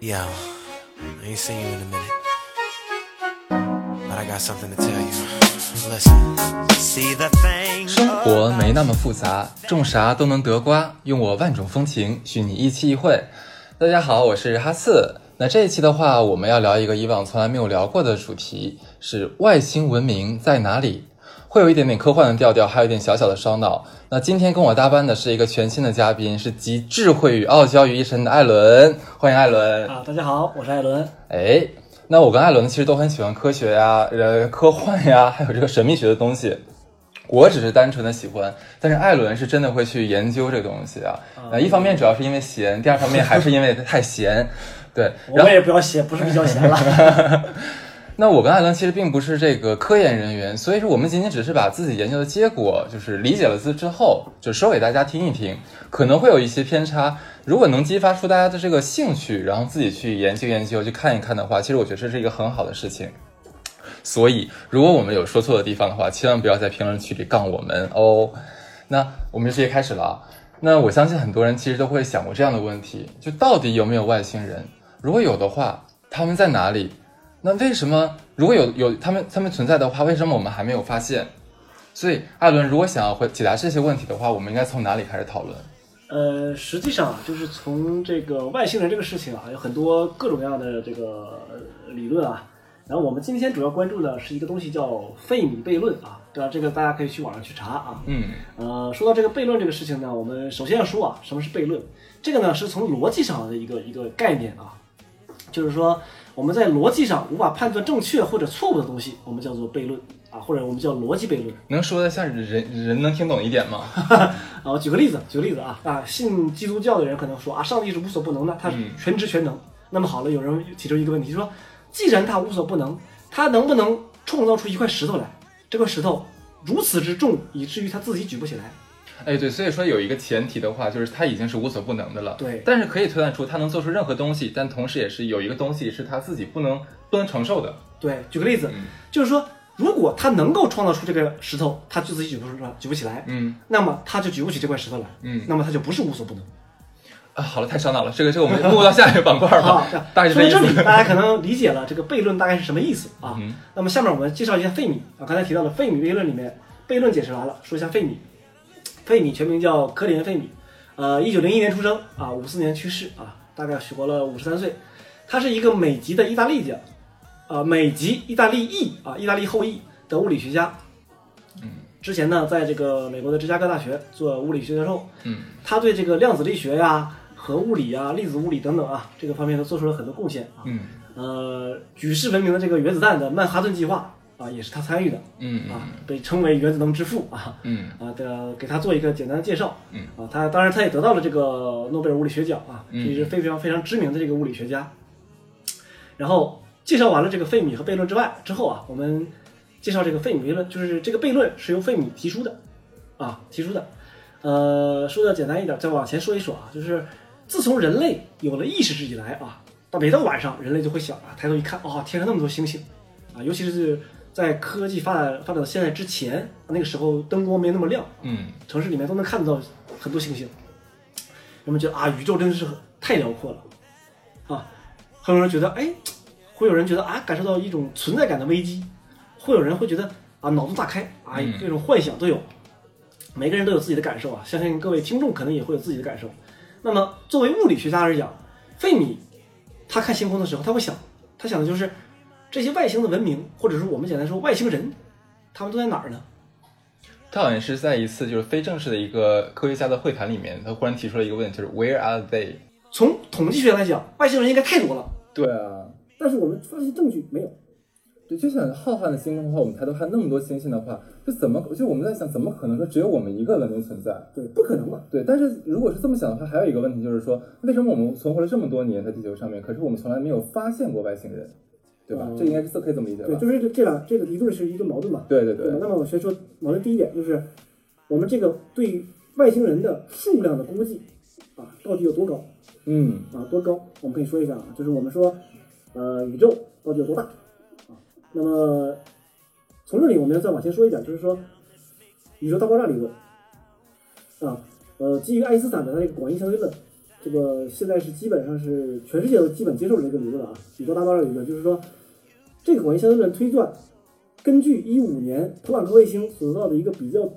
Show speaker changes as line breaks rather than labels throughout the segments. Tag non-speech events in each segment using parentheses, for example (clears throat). Yo, I ain't seen you in a minute. But I got something to tell you. Listen.
See the thing.
生活没那么复杂，种啥都能得瓜。用我万种风情，许你一期一会。大家好，我是哈四。那这一期的话，我们要聊一个以往从来没有聊过的主题，是外星文明在哪里？会有一点点科幻的调调，还有一点小小的烧脑。那今天跟我搭班的是一个全新的嘉宾，是集智慧与傲娇于一身的艾伦，欢迎艾 (laughs) 伦。
啊，大家好，我是艾伦。
哎，那我跟艾伦其实都很喜欢科学呀、呃科幻呀，还有这个神秘学的东西。我只是单纯的喜欢，但是艾伦是真的会去研究这个东西啊。呃，一方面主要是因为闲，第二方面还是因为太闲。对，然
我
后
也不要闲，不是比较闲了。
那我跟艾伦其实并不是这个科研人员，所以说我们仅仅只是把自己研究的结果，就是理解了之之后，就说给大家听一听，可能会有一些偏差。如果能激发出大家的这个兴趣，然后自己去研究研究，去看一看的话，其实我觉得这是一个很好的事情。所以，如果我们有说错的地方的话，千万不要在评论区里杠我们哦。那我们就直接开始了啊。那我相信很多人其实都会想过这样的问题：就到底有没有外星人？如果有的话，他们在哪里？那为什么如果有有他们他们存在的话，为什么我们还没有发现？所以，艾伦，如果想要回解答这些问题的话，我们应该从哪里开始讨论？
呃，实际上啊，就是从这个外星人这个事情啊，有很多各种各样的这个呃理论啊。然后我们今天主要关注的是一个东西叫费米悖论啊，对吧、这个大家可以去网上去查啊。
嗯，
呃，说到这个悖论这个事情呢，我们首先要说啊，什么是悖论？这个呢是从逻辑上的一个一个概念啊，就是说我们在逻辑上无法判断正确或者错误的东西，我们叫做悖论啊，或者我们叫逻辑悖论。
能说的像人人能听懂一点吗？ (laughs)
啊，我举个例子，举个例子啊啊，信基督教的人可能说啊，上帝是无所不能的，他
嗯
是全知全能。那么好了，有人提出一个问题，就说既然他无所不能，他能不能创造出一块石头来？这块石头如此之重，以至于他自己举不起来。
哎，对，所以说有一个前提的话，就是他已经是无所不能的了。
对
但是可以推断出他能做出任何东西，但同时也是有一个东西是他自己不能不能承受的。
对，举个例
嗯
子，就是说，如果他能够创造出这个石头，他就自己举不出来，举不起来，
嗯
那么他就举不起这块石头来，
嗯
那么他就不是无所不能。
啊，好了，太烧脑了，这个这个我们录到下一个板块吧
(laughs) 啊，这样，
大概是
说
这
到
意
这里，
思。嗯
大家可能理解了这个悖论大概是什么意思啊。那么下面我们介绍一下费米啊，刚才提到了费米悖论里面，悖论解释完了，说一下费米。费米全名叫科林·费米，呃，一九零一年出生啊，五四年去世啊，大概活了五十三岁。他是一个美籍的意大利家，呃，美籍意大利裔啊，意大利后裔的物理学家。
嗯
之前呢，在这个美国的芝加哥大学做物理学教授，
嗯，
他对这个量子力学呀、核物理啊、粒子物理等等啊这个方面都做出了很多贡献啊。
嗯
呃，举世闻名的这个原子弹的曼哈顿计划啊，也是他参与的
嗯
啊，被称为原子能之父啊。
嗯
啊的给他做一个简单的介绍，
嗯
啊，他当然他也得到了这个诺贝尔物理学奖啊，
嗯
这是非常非常知名的这个物理学家。然后介绍完了这个费米和悖论之外之后啊，我们介绍这个费米悖论，就是这个悖论是由费米提出的，啊提出的。呃，说的简单一点，再往前说一说啊，就是自从人类有了意识以来啊，到每到晚上人类就会想啊，抬头一看，哦，天上那么多星星，啊，尤其是在科技发展发展到现在之前，那个时候灯光没那么亮，
嗯
城市里面都能看到很多星星。人们觉得啊，宇宙真是太辽阔了啊！很有人觉得，哎，会有人觉得啊，感受到一种存在感的危机，会有人会觉得啊，脑洞大开啊
嗯，
这种幻想都有。每个人都有自己的感受啊，相信各位听众可能也会有自己的感受。那么，作为物理学家而讲，费米他看星空的时候，他会想，他想的就是这些外星的文明，或者说我们简单说外星人，他们都在哪儿呢？
他好像是在一次就是非正式的一个科学家的会谈里面，他忽然提出了一个问题，就是 Where are they？
从统计学来讲，外星人应该太多了。
对啊，
但是我们发现证据没有。
对，就像浩瀚的星空的话，我们抬头看那么多星星的话，就怎么就我们在想，怎么可能说只有我们一个文明存在？
对，不可能嘛。
对，但是如果是这么想的话，还有一个问题就是说，为什么我们存活了这么多年在地球上面，可是我们从来没有发现过外星人，对吧？
嗯
这应该是可以这么理解吧？
对，就是这这两这个一对是一对矛盾嘛。
对对
吧
对，
那么我先说矛盾第一点，就是我们这个对外星人的数量的估计啊，到底有多高
嗯
啊？多高？我们可以说一下啊，就是我们说，呃，宇宙到底有多大啊？那么从这里我们要再往前说一点，就是说宇宙大爆炸理论啊，呃，基于爱因斯坦的他那个广义相对论，
这个现在是基本上是全世界都基本接受了这个理论啊。宇宙大爆炸理论就是说，这个广义相对论推断，根据一五年普朗克卫星所得到的一个比较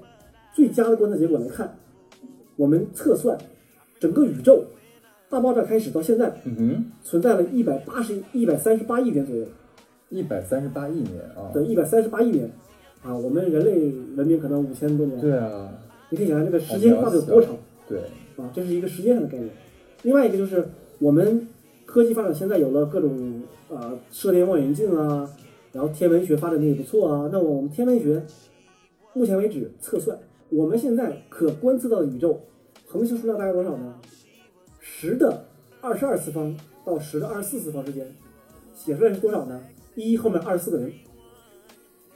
最佳的观测结果来看，我们测算整个宇宙大爆炸开始到现在
嗯，
存在了一百八十一百三十八亿年左右。
一百三十八亿年啊，
对，一百三十八亿年啊，我们人类文明可能五千多年，
对啊，
你可以想象这个时间跨度有多长
对，
啊，这是一个时间上的概念。另外一个就是我们科技发展，现在有了各种啊射电望远镜啊，然后天文学发展的也不错啊。那么我们天文学目前为止测算，我们现在可观测到的宇宙恒星数量大概多少呢？十的二十二次方到十的二十四次方之间，写出来是多少呢？一后面二十四个零，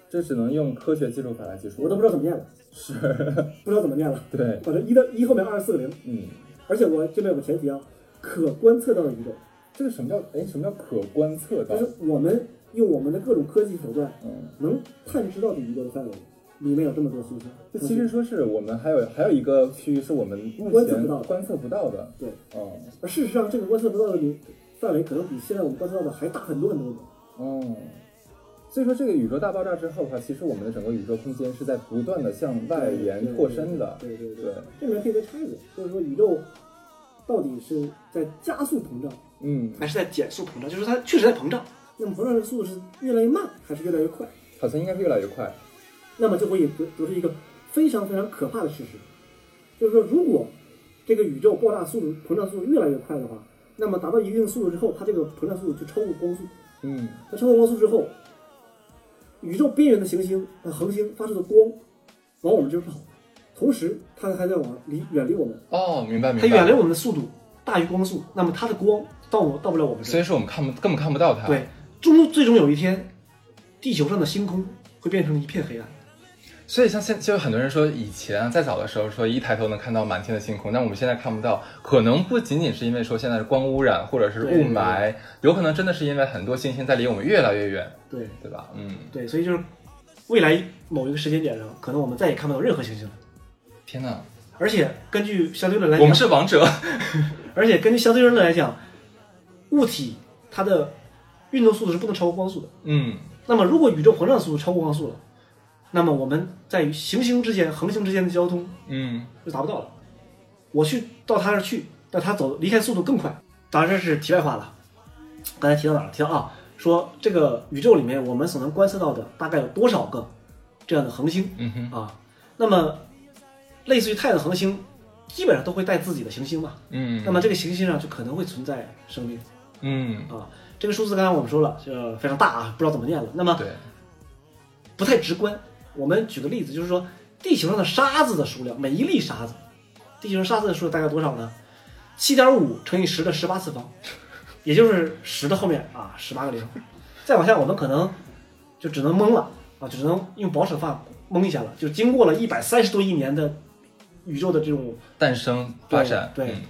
这只能用科学技术法来计数，
我都不知道怎么念了，
是，
(laughs) 不知道怎么念了。
对，
反正一的一后面二十四个零，
嗯，
而且我这边有个前提啊，可观测到的宇宙，
这个什么叫哎什么叫可观测到
就？是我们用我们的各种科技手段
嗯，
能探知到的宇宙的范围，里面有这么多星星。
这其实说是我们还有还有一个区域是我们目
观测
前
不到的
观测不到的，
对，
哦
而呃事实上，这个观测不到的宇范围可能比现在我们观测到的还大很多很多很多。
哦。所以说，这个宇宙大爆炸之后的话，其实我们的整个宇宙空间是在不断的向外延扩深的。
对对对
对，
这里面可以再插一嘴，就是说宇宙到底是在加速膨胀，
嗯，
还是在减速膨胀，就是它确实在膨胀。
那么膨胀的速度是越来越慢还是越来越快？
好像应该是越来越快。
那么就会得得出一个非常非常可怕的事实，就是说，如果这个宇宙爆炸速度、膨胀速度越来越快的话，那么达到一定速度之后，它这个膨胀速度就超过光速。
嗯，
它超过光速之后，宇宙边缘的行星、呃恒星发出的光往我们这边跑，同时它还在往离远离我们。
哦，明白明
它
哎
白。
远离我们的速度大于光速，那么它的光到我到不了我们这
所
儿。
以说我们看不根本看不到它。
对，，终最终有一天，地球上的星空会变成一片黑暗。
所以像现就有很多人说，以前啊，再早的时候说一抬头能看到满天的星空，但我们现在看不到，可能不仅仅是因为说现在是光污染或者是雾霾，有可能真的是因为很多星星在离我们越来越远，
对
对吧？嗯，
对，所以就是未来某一个时间点上，可能我们再也看不到任何星星了。
天哪，
而且根据相对论来
我们
讲，
是王者。 (laughs)
而且根据相对论来讲，物体它的运动速度是不能超过光速的。
嗯，
那么如果宇宙膨胀速度超过光速了，那么我们在行星之间、恒星之间的交通
嗯，
就达不到了。我去到他那儿去，但他走离开速度更快。当然这是题外话了。刚才提到哪儿了？提到啊，说这个宇宙里面我们所能观测到的大概有多少个这样的恒星
嗯哼，
啊？那么类似于太阳的恒星，基本上都会带自己的行星嘛。
嗯，
那么这个行星上就可能会存在生命
嗯，
啊。这个数字刚才我们说了，呃，非常大啊，不知道怎么念了。那么
对，
不太直观。我们举个例子，就是说地球上的沙子的数量，每一粒沙子，地球上沙子的数量大概多少呢？七点五乘以十的十八次方，也就是十的后面啊十八个零。再往下，我们可能就只能蒙了啊，就只能用保守法蒙一下了。就经过了一百三十多亿年的宇宙的这种，
诞生发展，
对对
嗯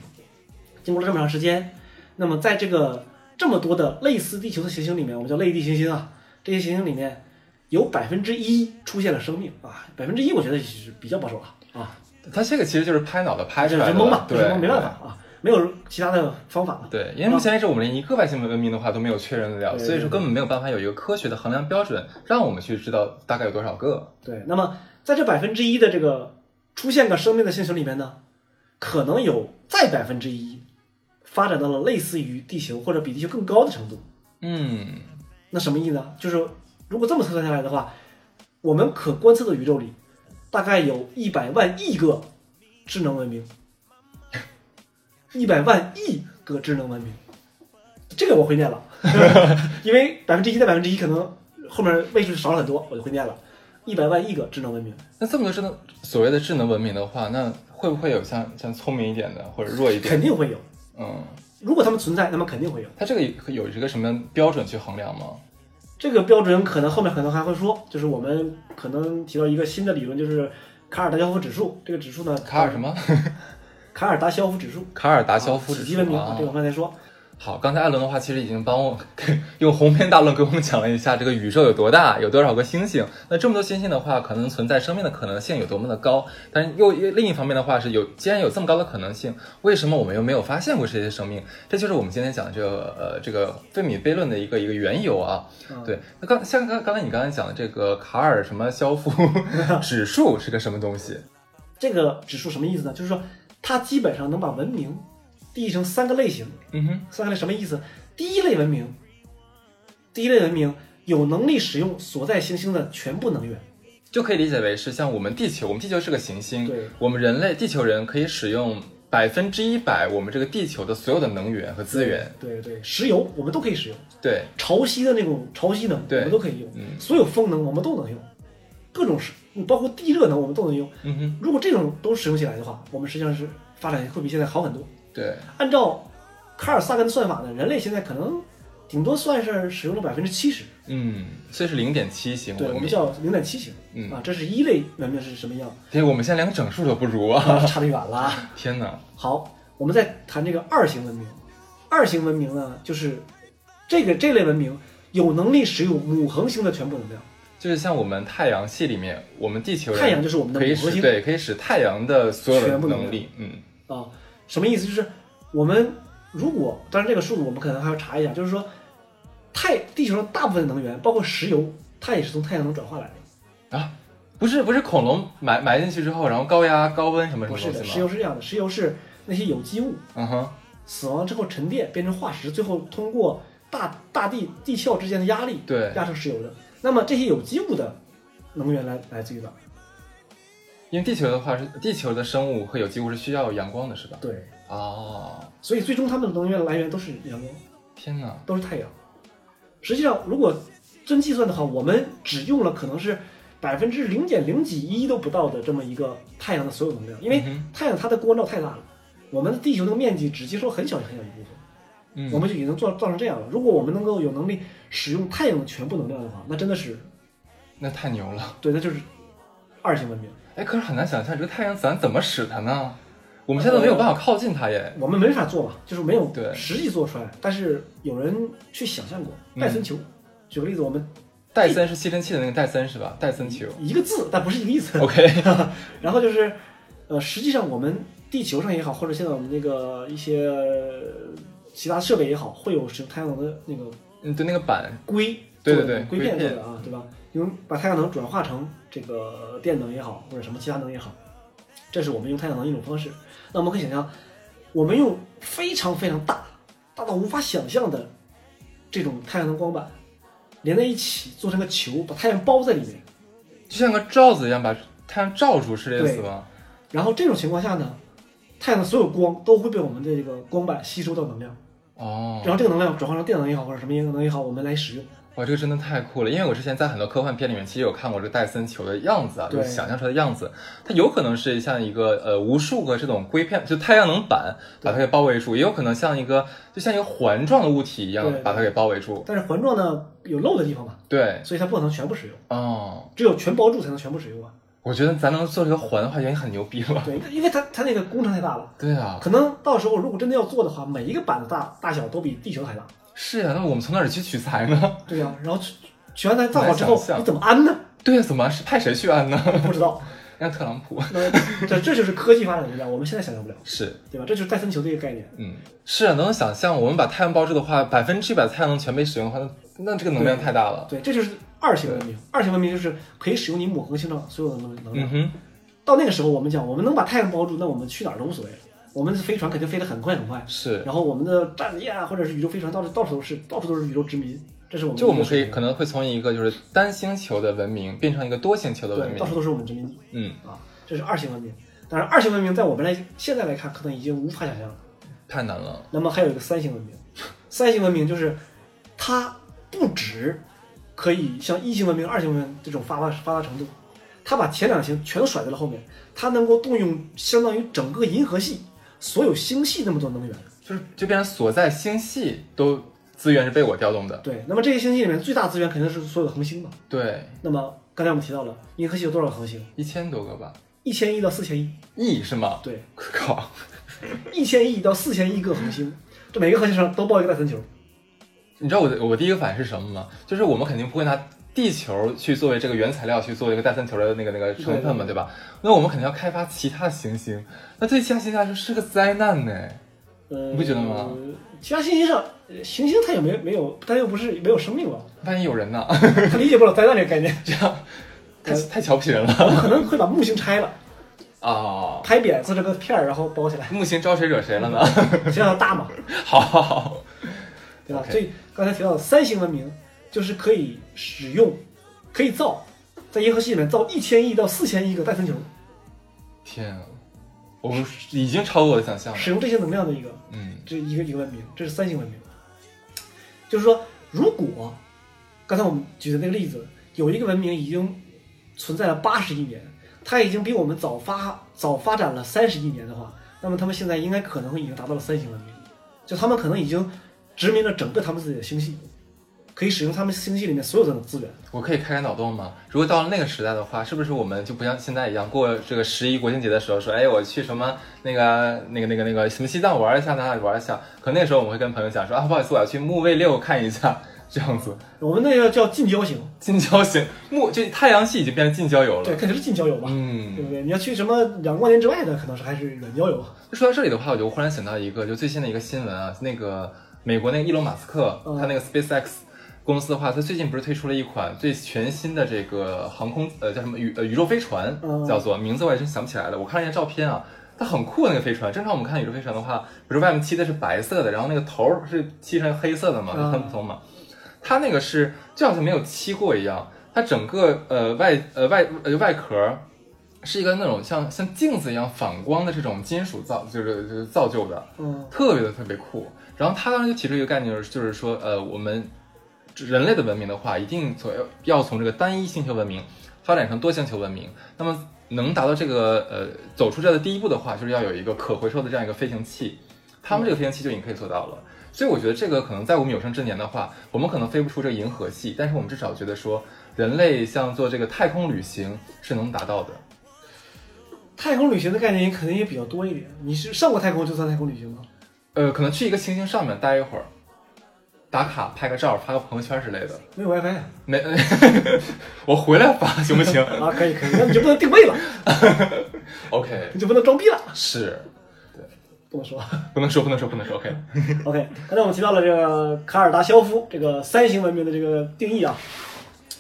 经过了这么长时间，那么在这个这么多的类似地球的行星里面，我们叫类地行星啊，这些行星里面有百分之一出现了生命啊，百分之一我觉得是比较保守了啊，
它这个其实就是拍脑袋拍出
这
来的，
人蒙吧，
对
人，蒙没办法啊，没有其他的方法了。
对，因为目前为止我们连一个外星文明的话都没有确认得了，
对
所以说根本没有办法有一个科学的衡量标准，让我们去知道大概有多少个。
对，那么在这百分之一的这个出现个生命的星球里面呢，可能有再百分之一发展到了类似于地球或者比地球更高的程度。
嗯，
那什么意思呢？就是如果这么测算下来的话，我们可观测的宇宙里大概有一百万亿个智能文明，一百万亿个智能文明，这个我会念了， (laughs) 因为百分之一再百分之一可能后面位数少了很多，我就会念了。一百万亿个智能文明，
那这么多智能所谓的智能文明的话，那会不会有像像聪明一点的或者弱一点？
肯定会有。
嗯，
如果它们存在，那么肯定会有。
它这个有有一个什么标准去衡量吗？
这个标准可能后面可能还会说，就是我们可能提到一个新的理论，就是卡尔达肖夫指数。这个指数呢，
卡尔什么？
卡尔达肖夫指数，
(laughs) 卡尔达肖夫指
几级
数
文明啊
啊，
这个我？刚才说。
好，刚才艾伦的话其实已经帮我用鸿篇大论给我们讲了一下这个宇宙有多大，有多少个星星。那这么多星星的话，可能存在生命的可能性有多么的高。但是又另一方面的话是有，既然有这么高的可能性，为什么我们又没有发现过这些生命？这就是我们今天讲的这个呃这个费米悖论的一个一个缘由啊。
啊
对，那刚像刚刚才你刚才讲的这个卡尔什么肖夫 (laughs) 指数是个什么东西？
这个指数什么意思呢？就是说，它基本上能把文明定义成三个类型。
(laughs) 嗯哼，
三个类什么意思？第一类文明，第一类文明有能力使用所在行星的全部能源。
就可以理解为是像我们地球，我们地球是个行星，
对，
我们人类地球人可以使用百分之一百我们这个地球的所有的能源和资源。
对对，石油我们都可以使用，
对，
潮汐的那种潮汐能我
对
们都可以用，
嗯
所有风能我们都能用，各种是包括地热能我们都能用。
嗯哼，
如果这种都使用起来的话，我们实际上是发展会比现在好很多。
对，
按照卡尔萨根的算法呢，人类现在可能顶多算是使用了百分之七十，
嗯，所以是零点七型
对
文
我们
明，
叫零点七型
嗯
啊，这是一类文明是什么样，
所以我们现在连个整数都不如啊！ (laughs)
啊差得远了。
天哪，
好，我们再谈这个二型文明。二型文明呢，就是这个这类文明有能力使用母恒星的全部能量，
就是像我们太阳系里面，我们地球人
太阳就是我们的
可以
母恒
使
星
对，可以使太阳的所有的
全部能
能力，嗯，
啊，什么意思？就是我们如果，当然这个数我们可能还要查一下，就是说太地球上大部分能源，包括石油，它也是从太阳能转化来的。
啊，不是不是恐龙埋埋进去之后，然后高压高温什么什
不
么
是的，
东
石
西
油
吗？
是这样的，石油是那些有机物
嗯哼，
死亡之后沉淀变成化石，最后通过大大地地壳之间的压力
对，
压成石油的。那么这些有机物的能源来来自于哪？
因为地球的话是地球的生物和有机物是需要阳光的，是吧？
对，
哦，
所以最终它们的能源来源都是阳光，
天哪，
都是太阳。实际上，如果真计算的话，我们只用了可能是百分之零点零几一都不到的这么一个太阳的所有能量，因为
嗯哼
太阳它的光照太大了，我们的地球的面积只接收很小很小一部分。
嗯，
我们就已经做做成这样了。如果我们能够有能力使用太阳的全部能量的话，那真的是
那太牛了，
对，那就是二型文明。
哎，可是很难想象这个太阳咱怎么使它呢？我们现在没有办法靠近它耶，
我们没法做嘛，就是没有
对
实际做出来，但是有人去想象过
嗯
戴森球。举个例子，我们
戴森是吸尘器的那个戴森是吧？戴森球
一个字，但不是一个意思。
，OK，
(laughs) 然后就是，呃，实际上我们地球上也好，或者现在我们那个一些呃其他设备也好，会有使用太阳能的那个
嗯，对，那个板，
硅，
对对
做的
对硅
硅片做
片
的啊，对吧？用把太阳能转化成这个电能也好，或者什么其他能也好，这是我们用太阳能一种方式。那我们可以想象，我们用非常非常大、大到无法想象的这种太阳能光板连在一起，做成个球，把太阳包在里面。
就像个罩子一样把太阳罩住，是这意思吗？
然后这种情况下呢，太阳的所有光都会被我们的这个光板吸收到能量，
哦，
然后这个能量转化成电能也好，或者什么能也好，我们来使用。
哇，这个真的太酷了！因为我之前在很多科幻片里面，其实有看过这个戴森球的样子啊，
对
就是想象出来的样子，它有可能是像一个呃无数个这种硅片，就太阳能板把它给包围住，也有可能像一个就像一个环状的物体一样
对
把它给包围住。
但是环状呢有漏的地方嘛，
对，
所以它不能全部使用。
哦，
只有全包住才能全部使用啊。
我觉得咱能做这个环的话，已经很牛逼了。 (laughs)
对，因为它它那个工程太大了，
对啊，
可能到时候如果真的要做的话，每一个板的大大小都比地球还大。
是呀、那我们从哪儿去取材呢？ (laughs)
对呀、然后取取完材造好之后
很难想，象
你怎么安呢？
对呀、啊怎么是派谁去安呢？ (laughs)
不知道。
让特朗普
那 (laughs) 这这就是科技发展的力量，我们现在想象不了，
是。
对吧？这就是戴森球这个概念。
嗯，是啊，能想象我们把太阳包住的话，百分之百的太阳能全被使用的话，那那这个能量太大了。
对，这就是二型文明。二型文明就是可以使用你母恒星上所有的能能
嗯
量。
哼，
到那个时候，我们讲，我们能把太阳包住，那我们去哪儿都无所谓了。我们的飞船肯定飞得很快很快，
是，
然后我们的战舰啊，或者是宇宙飞船，到处到处都是，到处都是宇宙殖民。这是我们
就我们
的
可以
水平
可能会从一个就是单星球的文明变成一个多星球的文
对，到处
明。
都是我们殖民地
嗯，
啊，这是二型文明。当然，二型文明在我们来现在来看，可能已经无法想象了。
太难了。
那么还有一个三型文明，三型文明就是它不止可以像一型文明、二型文明这种发达发达程度，它把前两型全都甩在了后面，它能够动用相当于整个银河系所有星系那么多能源。
就是就变成所在星系都资源是被我调动的。
对，那么这些星系里面最大资源肯定是所有的恒星嘛。
对，
那么刚才我们提到了银河系有多少恒星？
一千多个吧，
一千亿到四千亿。
亿是吗？ (laughs)
对，
靠，
一千亿到四千亿个恒星，这每个核心上都抱一个大三球，
你知道我的我第一个反应是什么吗？就是我们肯定不会拿地球去作为这个原材料去做一个带三球的那个那个成分嘛，对吧？那我们肯定要开发其他行星，那对其他行星来说是个灾难呢。
嗯，
你不觉得吗？
其他行星上，呃行星它也没没有，它又不是没有生命啊，
万一有人呢？ (laughs)
它理解不了灾难这个概念， (laughs) 这样
太太瞧不起人了
我们可能会把木星拆了，
哦！
拍扁做成个片儿，然后包起来， (laughs)
木星招谁惹谁了呢？ (laughs)
这样大嘛，
好好好，
对吧
OK
所以刚才提到的三星文明，就是可以使用，可以造，在银河系里面造一千亿到四千亿个戴森球，
天啊，我们已经超过我的想象了。
使用这些能量的一个
嗯
这一个一个文明，这是三星文明。就是说，如果刚才我们举的那个例子，有一个文明已经存在了八十亿年，它已经比我们早发早发展了三十亿年的话，那么他们现在应该可能会已经达到了三星文明，就他们可能已经殖民了整个他们自己的星系，可以使用他们星系里面所有的资源。
我可以开开脑洞吗？如果到了那个时代的话，是不是我们就不像现在一样过这个十一国庆节的时候说，哎，我去什么那个那个那个那个什么西藏玩一下，哪里玩一下？可能那时候我们会跟朋友讲说啊，不好意思，我要去木卫六看一下，这样子
我们那个叫近郊型，
近郊行木就太阳系已经变成近郊游
对，
了。
肯定是近郊游嘛，对
嗯，
不对？你要去什么两万年之外的，可能是还是远郊游。
说到这里的话，我就忽然想到一个，就最新的一个新闻啊，那个美国那个伊隆马斯克，
嗯
他那个 SpaceX 公司的话，他最近不是推出了一款最全新的这个航空呃叫什么宇呃宇宙飞船
嗯，
叫做名字我还真想不起来了。我看了一下照片啊，它很酷那个飞船。正常我们看宇宙飞船的话，比如外面漆的是白色的，然后那个头儿是漆成黑色的嘛，就
嗯
很普通嘛。它那个是就好像没有漆过一样，它整个呃外呃外呃外壳儿是一个那种像像镜子一样反光的这种金属造，就是就是造就的，
嗯
特别的特别酷。然后他当时就提出一个概念，就是就是说，呃，我们人类的文明的话，一定从要从这个单一星球文明发展成多星球文明。那么能达到这个呃走出这样的第一步的话，就是要有一个可回收的这样一个飞行器。他们这个飞行器就已经可以做到了。所以我觉得这个可能在我们有生之年的话，我们可能飞不出这个银河系，但是我们至少觉得说，人类像做这个太空旅行是能达到的。
太空旅行的概念可能也比较多一点。你是上过太空就算太空旅行吗？
呃，可能去一个行星上面待一会儿，打卡拍个照，发个朋友圈之类的。
没有 WiFi 啊
没， (laughs) 我回来发行不行
啊，可以可以，那你就不能定位了， (laughs)
？OK，
你就不能装逼了，
是
不能说。
不能说不能说不能说 OK。
OK，刚才我们提到了这个卡尔达肖夫这个三型文明的这个定义啊。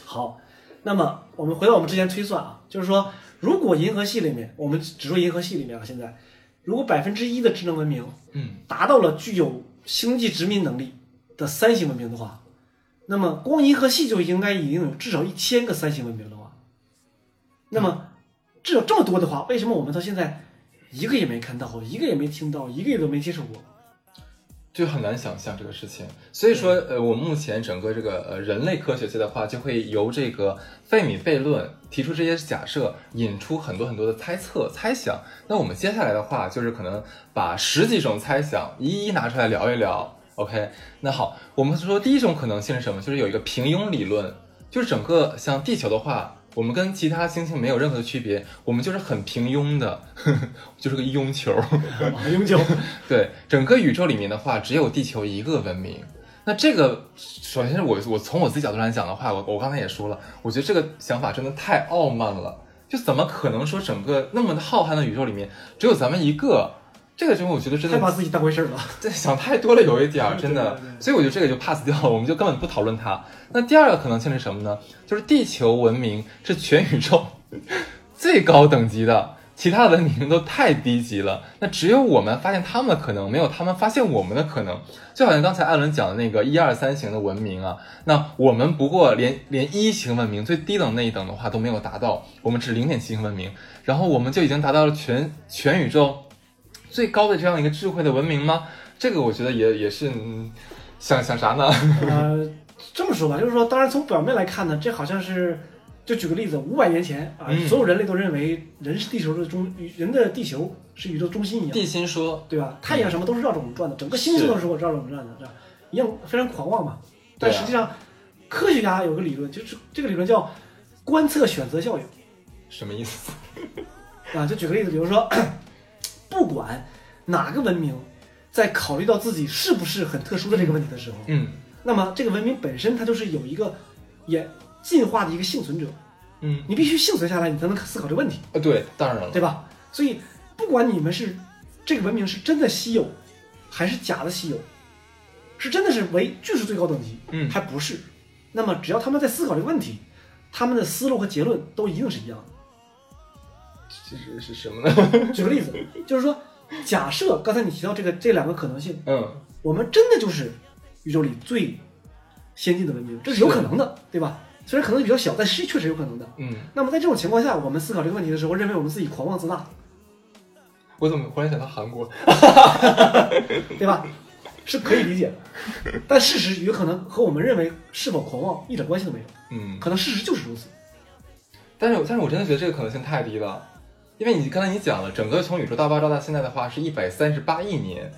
好，那么我们回到我们之前推算啊，就是说，如果银河系里面，我们只说银河系里面啊，现在如果百分之一的智能文明
嗯，
达到了具有星际殖民能力的三型文明的话，那么光银河系就应该已经有至少一千个三型文明的话，那么至少这么多的话，为什么我们到现在一个也没看到，一个也没听到，一个也都没接触过？
就很难想象这个事情。所以说，呃，我目前整个这个呃人类科学界的话，就会由这个费米悖论提出这些假设，引出很多很多的猜测、猜想。那我们接下来的话，就是可能把十几种猜想一一拿出来聊一聊。OK，那好，我们说第一种可能性是什么？就是有一个平庸理论，就是整个像地球的话。我们跟其他星星没有任何的区别，我们就是很平庸的， (laughs) 就是个庸球。
(laughs) 马英 (laughs) 九，
(laughs) 对，整个宇宙里面的话，只有地球一个文明。那这个，首先是我我从我自己角度来讲的话，我我刚才也说了，我觉得这个想法真的太傲慢了。就怎么可能说整个那么浩瀚的宇宙里面只有咱们一个？这个真的我觉得真
太把
的
自己当回事儿 (laughs) 了。
(laughs) 这想太多了，有一点儿真的
(laughs) 对对。对
所以我觉得这个就 pass 掉了，我们就根本不讨论它。那第二个可能性是什么呢？就是地球文明是全宇宙 (laughs) 最高等级的，其他文明都太低级了。那只有我们发现他们的可能，没有他们发现我们的可能。就好像刚才艾伦讲的那个一二三型的文明啊，那我们不过连连一型文明最低等那一等的话都没有达到，我们是零点七型文明，然后我们就已经达到了全全宇宙最高的这样一个智慧的文明吗？这个我觉得也也是，嗯想想啥呢？
呃，这么说吧，就是说，当然从表面来看呢，这好像是，就举个例子，五百年前啊，
嗯
所有人类都认为人是地球的中，人的地球是宇宙中心一样，
地心说，
对吧？太阳什么都是绕着我们转的，整个星星都是绕着我们转的，这样一样非常狂妄嘛。但
对啊
实际上，科学家有个理论，就是这个理论叫观测选择效应。
什么意思？
(clears throat) 啊，就举个例子，比如说，不管哪个文明，在考虑到自己是不是很特殊的这个问题的时候，
嗯
那么这个文明本身它就是有一个也进化的一个幸存者，
嗯，
你必须幸存下来，你才能思考这个问题，
呃，对，当然了，
对吧？所以不管你们是这个文明是真的稀有，还是假的稀有，是真的是唯就是最高等级，
嗯
还不是，那么只要他们在思考这个问题，他们的思路和结论都一定是一样的。
这是是什么呢？ (laughs)
举个例子，就是说，假设刚才你提到这个这两个可能性，
嗯，
我们真的就是宇宙里最先进的文明，这是有可能的，对吧？虽然可能比较小，但是确实有可能的。
嗯，
那么在这种情况下，我们思考这个问题的时候，认为我们自己狂妄自大，
我怎么忽然想到韩国？
对吧？是可以理解的，但事实有可能和我们认为是否狂妄一点关系都没有，
嗯，
可能事实就是如此。
但是但是我真的觉得这个可能性太低了，因为你刚才你讲了，整个从宇宙大爆炸到现在的话是一百三十八亿年，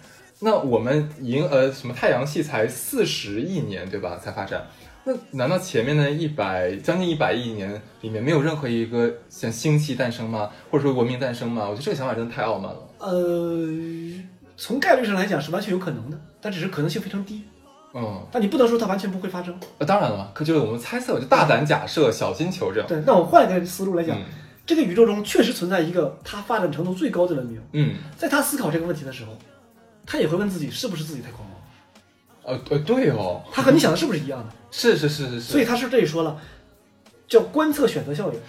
那我们银呃什么太阳系才四十亿年对吧才发展，那难道前面的一百将近一百亿年里面没有任何一个像星系诞生吗？或者说文明诞生吗？我觉得这个想法真的太傲慢了。
呃，从概率上来讲是完全有可能的，但只是可能性非常低。
嗯，
但你不能说它完全不会发生。
呃当然了，可就是我们猜测，就大胆假设，小心求证。
对，那我们换一个思路来讲，
嗯
这个宇宙中确实存在一个它发展程度最高的文明，
嗯，
在他思考这个问题的时候，他也会问自己是不是自己太狂妄，
呃呃，对哦，
他和你想的是不是一样的？
是是是是是。
所以他是这里说了，叫观测选择效应，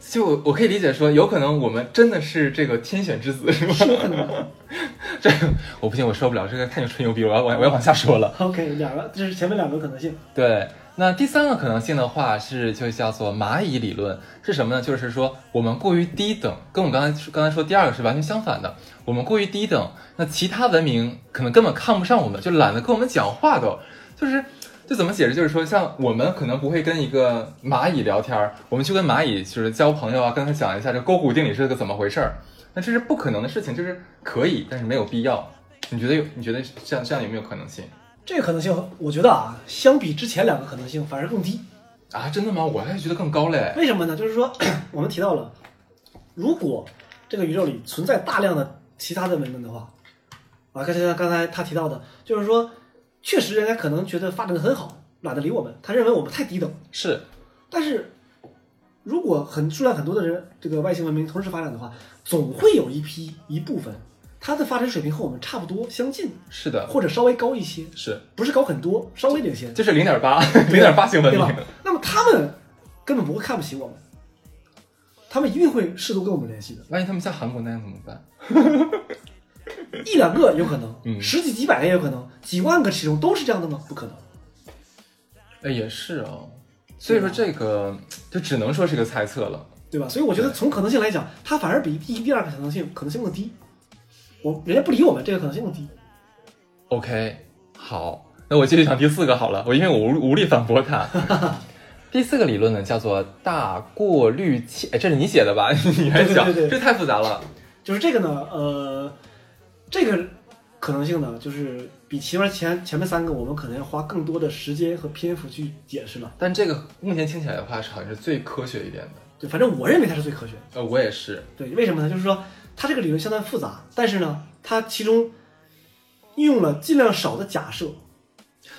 就我我可以理解说，有可能我们真的是这个天选之子，是吗？
是有可能的。
(laughs) 这个我不行，我受不了，这个太吹牛逼了，我要我要我要往下说了。
OK，两个，这是前面两个可能性。
对，那第三个可能性的话是就叫做蚂蚁理论，是什么呢？就是说我们过于低等，跟我们刚才刚才说第二个是完全相反的。我们过于低等，那其他文明可能根本看不上我们，就懒得跟我们讲话都，就是。就怎么解释？就是说，像我们可能不会跟一个蚂蚁聊天儿，我们去跟蚂蚁就是交朋友啊，跟他讲一下这勾股定理是个怎么回事儿。那这是不可能的事情，就是可以，但是没有必要。你觉得有？你觉得这样这样有没有可能性？
这个可能性，我觉得啊，相比之前两个可能性反而更低。
啊，真的吗？我还觉得更高嘞。
为什么呢？就是说，我们提到了，如果这个宇宙里存在大量的其他的文明的话，啊，刚才刚才他提到的，就是说，确实人家可能觉得发展的很好，懒得理我们，他认为我们太低等。
是，
但是如果很数量很多的人，这个外星文明同时发展的话，总会有一批一部分，它的发展水平和我们差不多相近，
是的，
或者稍微高一些，
是，
不是高很多，稍微领先，
就是零点八， (laughs) 零点八型文
(laughs) 对吧
(laughs) 明。？
那么他们根本不会看不起我们，他们一定会试图跟我们联
(laughs)
系的，
万一他们像韩国那样怎么办？
一两个有可能，
嗯
十几几百个也有可能，几万个其中都是这样的吗？不可能。
哎，也是哦。所以
啊
说这个就只能说是个猜测了。
对吧？所以我觉得从可能性来讲，它反而比第一、第二个可能性可能性更低。我人家不理我们，这个可能性更低。
OK，好，那我继续讲第四个好了，我因为我无无力反驳他。
(laughs)
第四个理论呢，叫做大过滤器，哎，这是你写的吧？ (laughs) 你还讲，
对对对
这太复杂了。
就是这个呢，呃，这个可能性呢，就是比前面前前面三个，我们可能要花更多的时间和篇幅去解释了。
但这个目前听起来的话，是好像是最科学一点的。
对，反正我认为它是最科学的。
呃，我也是，
对，为什么呢？就是说它这个理论相当复杂，但是呢，它其中用了尽量少的假设，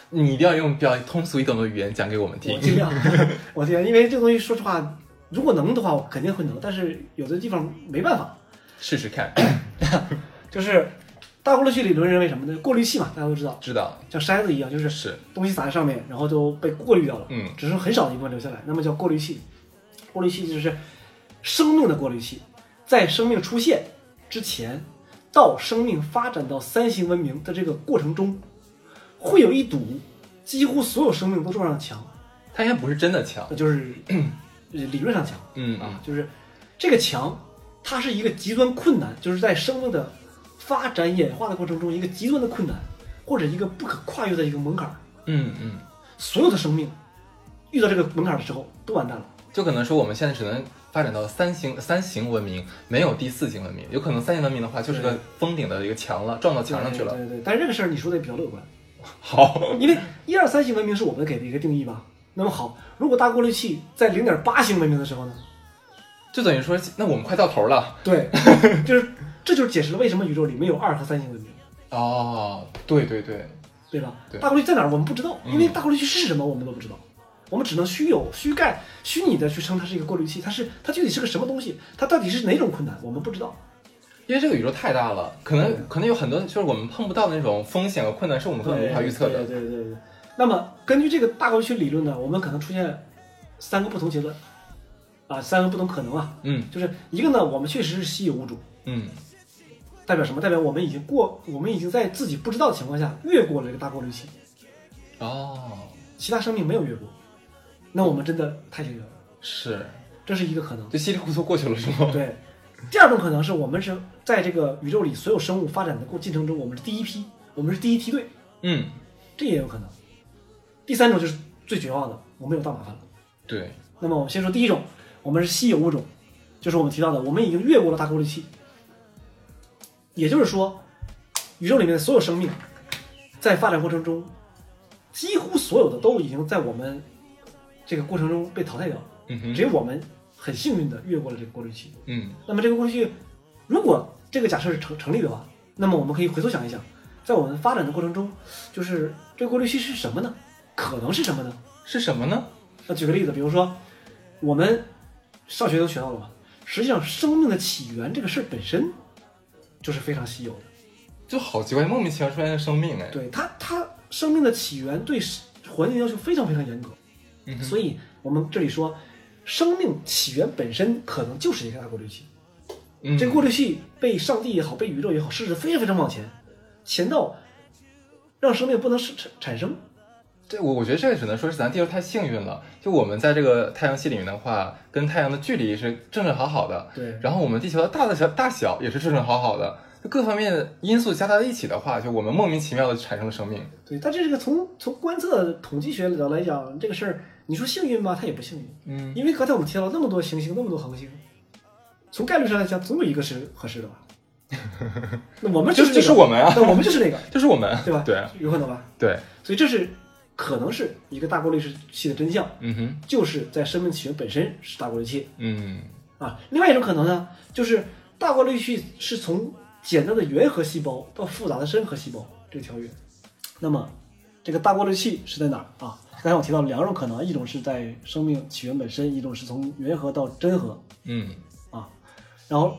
你一定要用比较通俗易懂的语言讲给我们听
我。尽量， (laughs) 我尽量，因为这个东西说实话，如果能的话，我肯定会能，但是有的地方没办法。
试试看， (coughs)
就是大过滤器理论认为什么呢？过滤器嘛，大家都知道，
知道
像筛子一样，就是
是，
东西撒在上面，然后都被过滤掉了，
嗯
只剩很少的一部分留下来，那么叫过滤器。过滤器就是生命的过滤器，在生命出现之前，到生命发展到三型文明的这个过程中，会有一堵几乎所有生命都撞上的墙，
它应该不是真的强
那。就是 (clears throat) 呃理论上墙
嗯
啊
啊，，
就是这个墙，它是一个极端困难，就是在生命的发展演化的过程中一个极端的困难，或者一个不可跨越的一个门槛儿。
嗯嗯，
所有的生命遇到这个门槛的时候都完蛋了。
就可能说我们现在只能发展到三型三型文明，没有第四型文明。有可能三型文明的话，就是个
对
封顶的一个墙了，撞到墙上去了。嗯
对对对，但是这个事儿你说的也比较乐观，
好，
因为一二三型文明是我们给的一个定义吧。那么好，如果大过滤器在零点八型文明的时候呢？
就等于说，那我们快到头了
(laughs) 对，就是这就是解释了为什么宇宙里没有二和三型文明，
哦，对对对，
对吧？
对嗯
大过滤在哪儿我们不知道，因为大过滤器是什么我们都不知道，我们只能虚有、虚盖、虚拟的去称它是一个过滤器，它是它具体是个什么东西，它到底是哪种困难，我们不知道。
因为这个宇宙太大了，可能可能有很多就是我们碰不到的那种风险和困难，是我们根本无法预测的。
对对对对。那么根据这个大过滤器理论呢，我们可能出现三个不同结论，啊，三个不同可能啊，
嗯
就是一个呢，我们确实是稀有物种，
嗯
代表什么？代表我们已经过，我们已经在自己不知道的情况下越过了这个大过滤器，
哦，
其他生命没有越过，那我们真的太幸运了，
是，
这是一个可能。
就稀里糊涂过去了是吗？
对，第二种可能是我们是在这个宇宙里所有生物发展的过进程中，我们是第一批，我们是第一梯队，
嗯，
这也有可能。第三种就是最绝望的，我们有大麻烦了。
对，
那么我们先说第一种，我们是稀有物种，就是我们提到的，我们已经越过了大过滤器。也就是说，宇宙里面的所有生命，在发展过程中，几乎所有的都已经在我们这个过程中被淘汰掉了，
嗯哼，
只有我们很幸运的越过了这个过滤器。
嗯
那么这个过滤器，如果这个假设是成成立的话，那么我们可以回头想一想，在我们发展的过程中，就是这个过滤器是什么呢？可能是什么呢？
是什么呢？
那举个例子，比如说我们上学都学到了吧，实际上生命的起源这个事儿本身就是非常稀有的。
就好奇怪，莫名其妙出现的生命哎，
对它，它生命的起源对环境要求非常非常严格，
嗯哼
所以我们这里说，生命起源本身可能就是一个大过滤器。
嗯
这个过滤器被上帝也好，被宇宙也好，设置得非常非常往前，前到让生命不能是产产生。
对我，我觉得这个只能说是咱地球太幸运了。就我们在这个太阳系里面的话，跟太阳的距离是正正好好的。
对
然后我们地球的大的小大小也是正正好好的，就各方面的因素加在一起的话，就我们莫名其妙的产生了生命。
对，但这个从从观测统计学来讲，这个事儿你说幸运吗？它也不幸运。
嗯，
因为刚才我们提到了那么多行星，那么多恒星，从概率上来讲，总有一个是合适
(laughs)
的吧？那我们
就
就是是那
就
个
是我，们啊，
那我们就是那个，
(laughs) 就是我们，
对吧？
对
有可能吧？
对，
所以这是可能是一个大过滤器的真相，
嗯哼，
就是在生命起源本身是大过滤器
嗯
啊。另外一种可能呢，就是大过滤器是从简单的原核细胞到复杂的深核细胞这个跳跃。那么这个大过滤器是在哪儿啊？刚才我提到了两种可能，一种是在生命起源本身，一种是从原核到真核。
嗯
啊，然后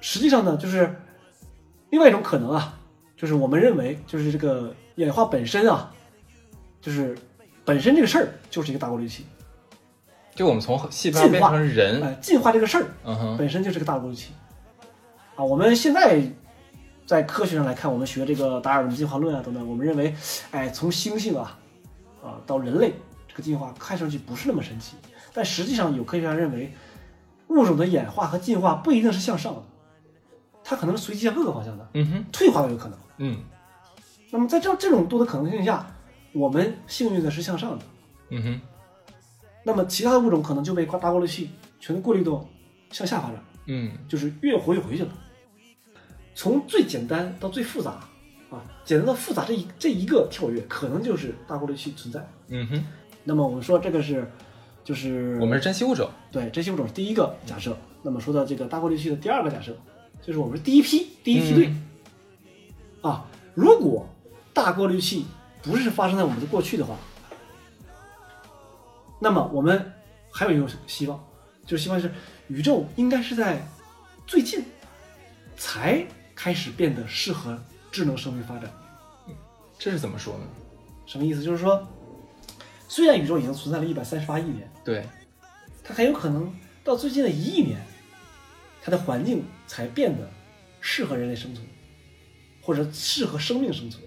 实际上呢，就是另外一种可能啊，就是我们认为就是这个演化本身啊，就是本身这个事儿就是一个大过滤器，
就我们从细胞
进化
变成人，
呃，进化这个事儿
嗯哼，
本身就是个大过滤器啊。我们现在在科学上来看，我们学这个达尔文进化论啊等等，我们认为，哎，从猩猩啊啊到人类这个进化看上去不是那么神奇，但实际上有科学家认为，物种的演化和进化不一定是向上的，它可能是随机向各个方向的，
嗯哼，
退化都有可能。
嗯
那么在这这种多的可能性下，我们幸运的是向上的，
嗯哼，
那么其他的物种可能就被大过滤器全都过滤到向下发展。
嗯
就是越活越回去了。从最简单到最复杂啊，简单到复杂这一这一个跳跃，可能就是大过滤器存在。
嗯哼，
那么我们说这个是，就是
我们是珍稀物种，
对这些物种是第一个假设。那么说到这个大过滤器的第二个假设，就是我们是第一批第一梯
嗯
队、啊。如果大过滤器不是发生在我们的过去的话，那么我们还有一种希望，就是希望是宇宙应该是在最近才开始变得适合智能生命发展。
这是怎么说呢？
什么意思？就是说，虽然宇宙已经存在了一百三十八亿年。
对，
它很有可能到最近的一亿年，它的环境才变得适合人类生存，或者适合生命生存。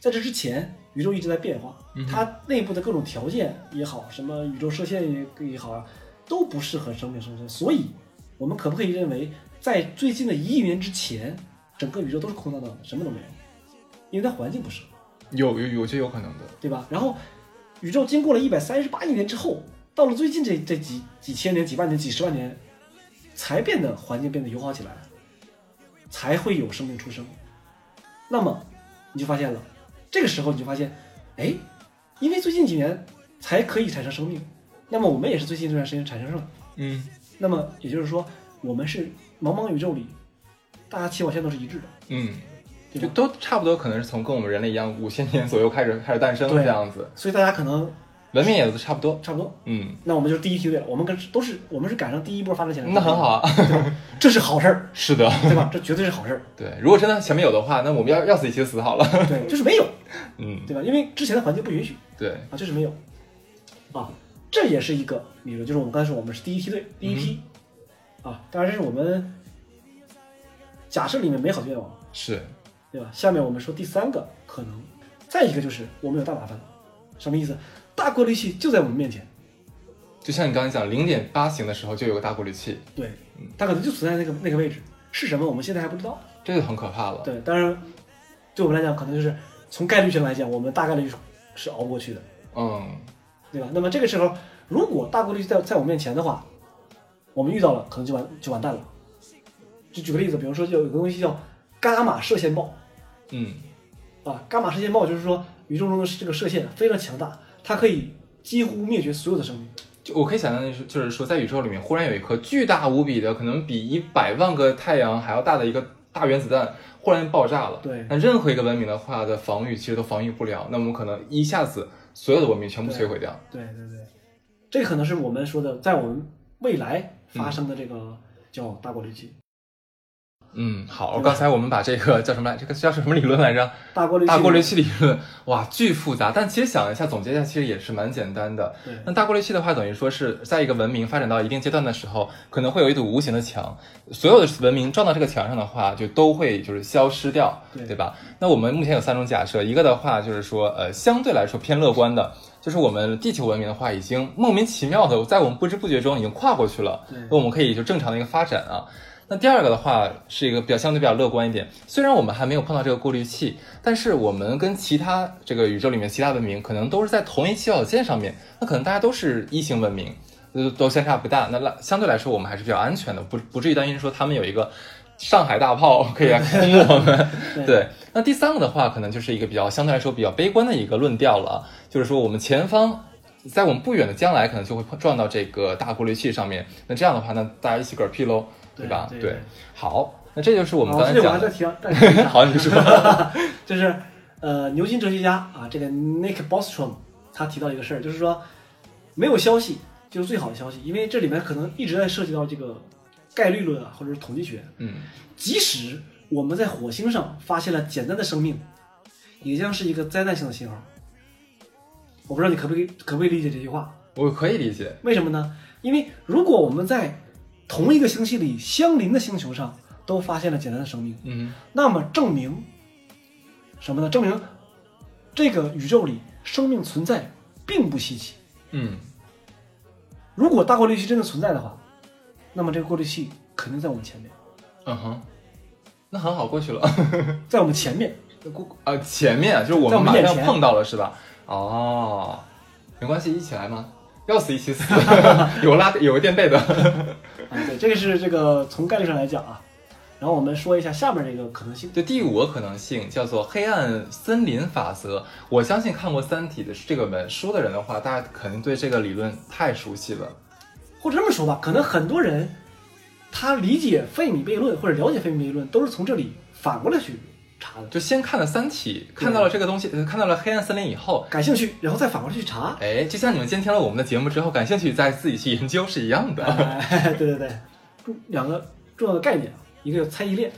在这之前，宇宙一直在变化，它内部的各种条件也好，什么宇宙射线也也好啊，都不适合生命生存。所以，我们可不可以认为，在最近的一亿年之前，整个宇宙都是空荡荡的，什么都没有，因为它环境不适合。
有有有，这有可能的，
对吧？然后宇宙经过了一百三十八亿年之后，到了最近这这几几千年、几万年、几十万年，才变得环境变得友好起来，才会有生命出生。那么你就发现了，这个时候你就发现，哎，因为最近几年才可以产生生命，那么我们也是最近这段时间产生了。
嗯
那么也就是说，我们是茫茫宇宙里，大家起跑线都是一致的。
嗯
对
就
吧？
都差不多，可能是从跟我们人类一样，五千年左右开始开始诞生
对
这样子，
所以大家可能
文明也都差不多。
差不多。
嗯，
那我们就是第一梯队了，我们跟都是我们是赶上第一波发展起来的，
那很好，啊。 (laughs)
对吧？这是好事儿，
是的，
对吧？这绝对是好事儿，
对。如果真的前面有的话，那我们要要死一起死好了。 (laughs)
对，就是没有，
嗯，
对吧？因为之前的环境不允许
对，
啊，就是没有啊，这也是一个理论，就是我们刚才说我们是第一梯队，第一批、啊，当然这是我们假设里面美好的愿望，
是，
对吧？下面我们说第三个可能，再一个就是我们有大麻烦了，什么意思？大过滤器就在我们面前，
就像你刚才讲，零点八型的时候就有个大过滤器，
对，它可能就存在那个那个位置，是什么我们现在还不知道。
这就很可怕了。
对，当然对我们来讲，可能就是从概率上来讲，我们大概率是是熬不过去的，
嗯，
对吧？那么这个时候，如果大过滤器在在我面前的话，我们遇到了可能就完就完蛋了。就举个例子，比如说有一个东西叫伽马射线暴，
嗯，
啊，伽马射线暴就是说宇宙中的这个射线非常强大，它可以几乎灭绝所有的生命。
就我可以想象的是，就是说在宇宙里面忽然有一颗巨大无比的，可能比一百万个太阳还要大的一个大原子弹忽然爆炸了。
对
那任何一个文明的话的防御其实都防御不了，那我们可能一下子所有的文明全部
对
摧毁掉。
对对对，这可能是我们说的，在我们未来发生的这个叫大过滤器。
嗯，好，
对吧
刚才我们把这个叫什么来？这个叫什么理论来着？
大过滤器，
大过滤。器理论，哇，巨复杂。但其实想一下，总结一下，其实也是蛮简单的。
对
那大过滤器的话，等于说是在一个文明发展到一定阶段的时候，可能会有一堵无形的墙，所有的文明撞到这个墙上的话，就都会就是消失掉，
对
吧？那我们目前有三种假设，一个的话就是说，呃，相对来说偏乐观的，就是我们地球文明的话，已经莫名其妙的在我们不知不觉中已经跨过去了，
对
那我们可以就正常的一个发展啊。那第二个的话是一个比较相对比较乐观一点，虽然我们还没有碰到这个过滤器，但是我们跟其他这个宇宙里面其他文明可能都是在同一起跑线上面，那可能大家都是一型文明，呃都相差不大。那来相对来说我们还是比较安全的，不不至于担心说他们有一个上海大炮可以来轰我们。
对
对，那第三个的话，可能就是一个比较相对来说比较悲观的一个论调了啊，就是说我们前方。在我们不远的将来，可能就会碰撞到这个大过滤器上面。那这样的话呢，大家一起嗝屁喽，
对
吧？
对对
好，那这就是我们
好，
刚
这
才
里我还
讲
再
的。
提到，再
(laughs)
提
好，你说。
就是呃，牛津哲学家啊，这个 Nick Bostrom 他提到一个事儿，就是说没有消息就是最好的消息，因为这里面可能一直在涉及到这个概率论啊，或者是统计学。
(laughs) 嗯，
即使我们在火星上发现了简单的生命，也将是一个灾难性的信号。我不知道你可不可以可不可以理解这句话？
我可以理解。
为什么呢？因为如果我们在同一个星系里相邻的星球上都发现了简单的生命，
嗯，
那么证明什么呢？证明这个宇宙里生命存在并不稀奇。
嗯，
如果大过滤器真的存在的话，那么这个过滤器肯定在我们前面，
嗯哼，那很好过去了。 (laughs)
在我们前面。
过啊，前面啊，就是我
在
们
我
马
们
上
眼
要
前
碰到了，是吧？哦，没关系，一起来吗？要死一起死， (laughs) 有拉有个垫背的。
啊，对，这个是这个从概率上来讲啊。然后我们说一下下面这个可能性。
就第五个可能性叫做黑暗森林法则。我相信看过《三体》的这个本书的人的话，大家肯定对这个理论太熟悉了。
或者这么说吧，可能很多人他理解费米悖论或者了解费米悖论，都是从这里反过来去查的，
就先看了《三体》，看到了这个东西，呃看到了黑暗森林以后，
感兴趣，然后再反过来去查。
哎，就像你们今天听了我们的节目之后，感兴趣再自己去研究是一样的。
哎，对对 (laughs) 对，重两个重要的概念，啊一个叫猜疑链。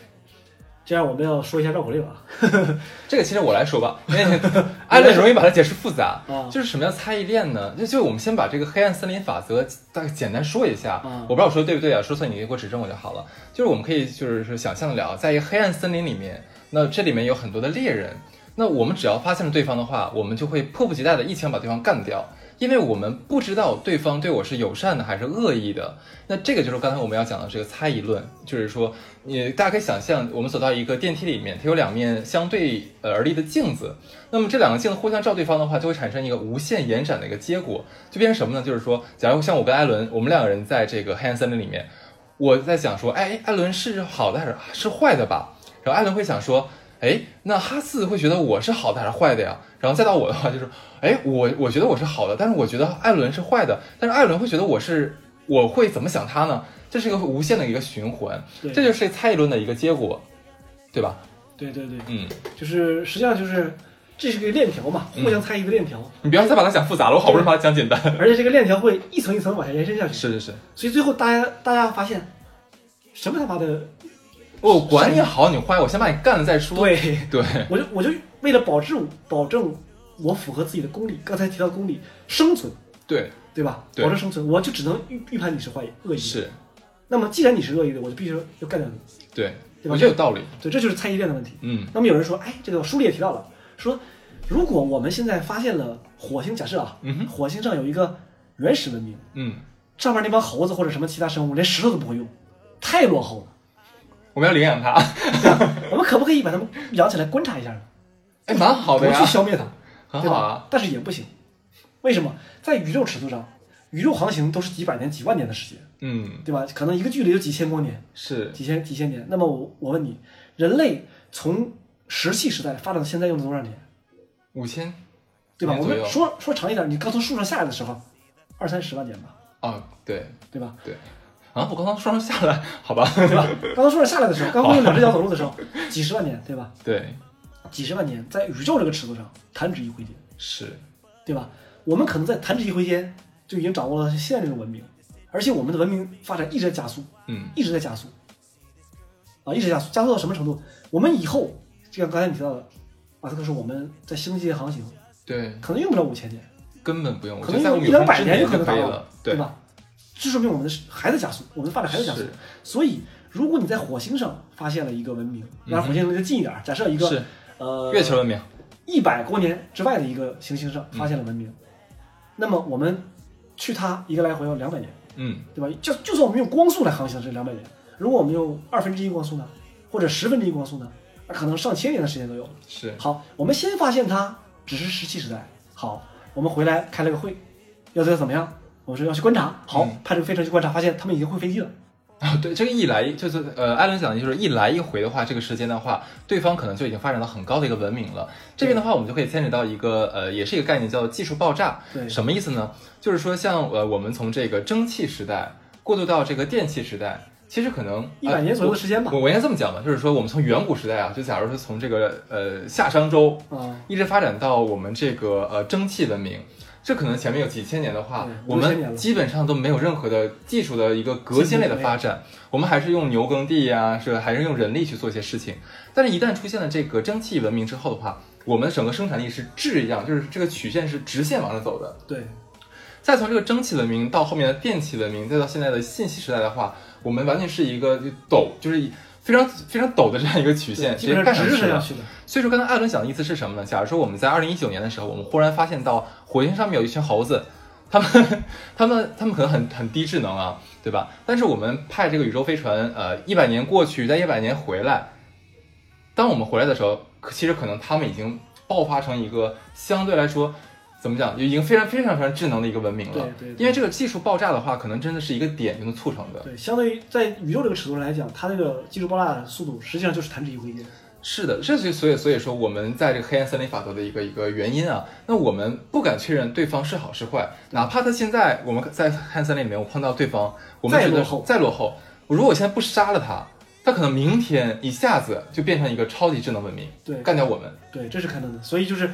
这样我们要说一下绕口令啊，
这个其实我来说吧，因为 (laughs) 艾伦容易把它解释复杂
啊。
就是什么叫猜疑链呢？就就我们先把这个黑暗森林法则大概简单说一下。
啊
我不知道我说的对不对啊，说错你给我指正我就好了。就是我们可以就是说想象得了，在一个黑暗森林里面，那这里面有很多的猎人，那我们只要发现了对方的话，我们就会迫不及待的一枪把对方干掉。因为我们不知道对方对我是友善的还是恶意的，那这个就是刚才我们要讲的这个猜疑论，就是说，你大家可以想象，我们走到一个电梯里面，它有两面相对呃而立的镜子，那么这两个镜子互相照对方的话，就会产生一个无限延展的一个结果，就变成什么呢？就是说，假如像我跟艾伦，我们两个人在这个黑暗森林里面，我在想说，哎，艾伦是好的还是是坏的吧？然后艾伦会想说，哎，那哈四会觉得我是好的还是坏的呀？然后再到我的话就是，哎，我我觉得我是好的，但是我觉得艾伦是坏的，但是艾伦会觉得我是，我会怎么想他呢？这是一个无限的一个循环，
对
这就是猜疑论的一个结果，对吧？
对对对，
嗯，
就是实际上就是这是个链条嘛，互
嗯
相猜疑的链条，
你不要再把它讲复杂了，我好不容易把它讲简单。
而且这个链条会一层一层往下延伸下去，
是是是，
所以最后大家大家发现什么他妈的
我哦管你好你坏，我先把你干了再说。
对。
(laughs) 对，
我就我就为了保证保证我符合自己的功利，刚才提到功利生存，
对，
对吧？
对
保证生存，我就只能预预判你是坏恶意。。
是，
那么既然你是恶意的，我就必须要干掉你。
对，
对吧
我觉得有道理。
对，这就是猜疑链的问题。
嗯
那么有人说，哎，这个书里也提到了，说如果我们现在发现了火星，假设啊，
嗯哼
火星上有一个原始文明，
嗯，
上面那帮猴子或者什么其他生物连石头都不会用，太落后
(laughs)
了。
我们要领养它，
我们可不可以把它们养起来观察一下呢？
(laughs) 哎，蛮好
不
的呀
去，消灭它。
很
对
好
吧？
啊。
但是也不行，为什么？在宇宙尺度上，宇宙航行都是几百年、几万年的时间，
嗯，
对吧？可能一个距离就几千光年、
是，
几千几千年。那么我我问你，人类从石器时代发展到现在用了多少年？
五千
对吧？
年
我
左
们
右
说说长一点，你刚从树上下来的时候，二三十万年吧，
啊，对
对吧？
对。啊，我刚刚说上下来，好吧？
(laughs) 对吧？刚从树上下来的
(laughs)
时候，刚刚用两只脚走路的时候，几十万年，对吧？
对，
几十万年，在宇宙这个尺度上，弹指一挥间，
是，
对吧？我们可能在弹指一挥间就已经掌握了现在这种文明，而且我们的文明发展一直在加速，
嗯
一直在加速，啊，一直加速，加速到什么程度？我们以后，就像刚才你提到的，马斯克说我们在星际航行，
对，
可能用不了五千年，
根本不用，我
可
觉得
能
在我们
一
有
两
生
百
之
年
年
可能
可
达
以
到
了，对，
吧？这说明我们的还在加速，我们的发展还在加速
是。
所以，如果你在火星上发现了一个文明，当然火星离得近一点儿，假设一
是
个呃
月球文明，
一百光年之外的一个行星上发现了文明，那么我们去它一个来回要两百年。
嗯，
对吧？就就算我们用光速来航行这两百年，如果我们用二分之一光速呢，或者十分之一光速呢，那可能上千年的时间都有了。
是，
好，我们先发现它只是石器时代。好，我们回来开了个会，要要怎么样？我们说要去观察。好
嗯，
派这个飞船去观察，发现他们已经会飞机了。
啊，对，这个一来就是呃，艾伦讲的就是一来一回的话，这个时间的话，对方可能就已经发展到很高的一个文明了。这边的话，我们就可以牵扯到一个呃，也是一个概念叫技术爆炸。
对
什么意思呢？就是说像呃，我们从这个蒸汽时代过渡到这个电气时代，其实可能呃
一百年左右的时间吧
哎我。我应该这么讲吧，就是说我们从远古时代啊，就假如说从这个呃夏商周
啊，
一直发展到我们这个呃蒸汽文明。这可能前面有几千年的话
嗯，
我
多千年
们
了
基本上都没有任何的技术的一个革新类的发展，我们还是用牛耕地呀、是还是用人力去做一些事情。但是，一旦出现了这个蒸汽文明之后的话，我们整个生产力是质一样，就是这个曲线是直线往上走的。
对，
再从这个蒸汽文明到后面的电气文明，再到现在的信息时代的话，我们完全是一个陡，就是非常非常陡的这样一个曲线，
基
直接
本
干
上
上
直
去
升
了
上。去的。
所以说，刚才艾伦讲的意思是什么呢？假如说我们在二零一九年的时候，我们忽然发现到火星上面有一群猴子， (laughs) 他们、他们、他们可能很很低智能啊，对吧？但是我们派这个宇宙飞船，呃，一百年过去，再一百年回来，当我们回来的时候，可其实可能他们已经爆发成一个相对来说。怎么讲？已经非常非常非常智能的一个文明了。
对对对
因为这个技术爆炸的话，可能真的是一个点就能促成的。
对，相对于在宇宙这个尺度上来讲，它这个技术爆炸的速度实际上就是弹指一挥间。
是的，这就所以所以说我们在这个黑暗森林法则的一个一个原因啊，那我们不敢确认对方是好是坏，哪怕他现在我们在黑暗森林里面我碰到对方，我们
再
觉得
落后
再落后，如果我现在不杀了他，他可能明天一下子就变成一个超级智能文明，
对
干掉我们，
对，这是肯定的。所以就是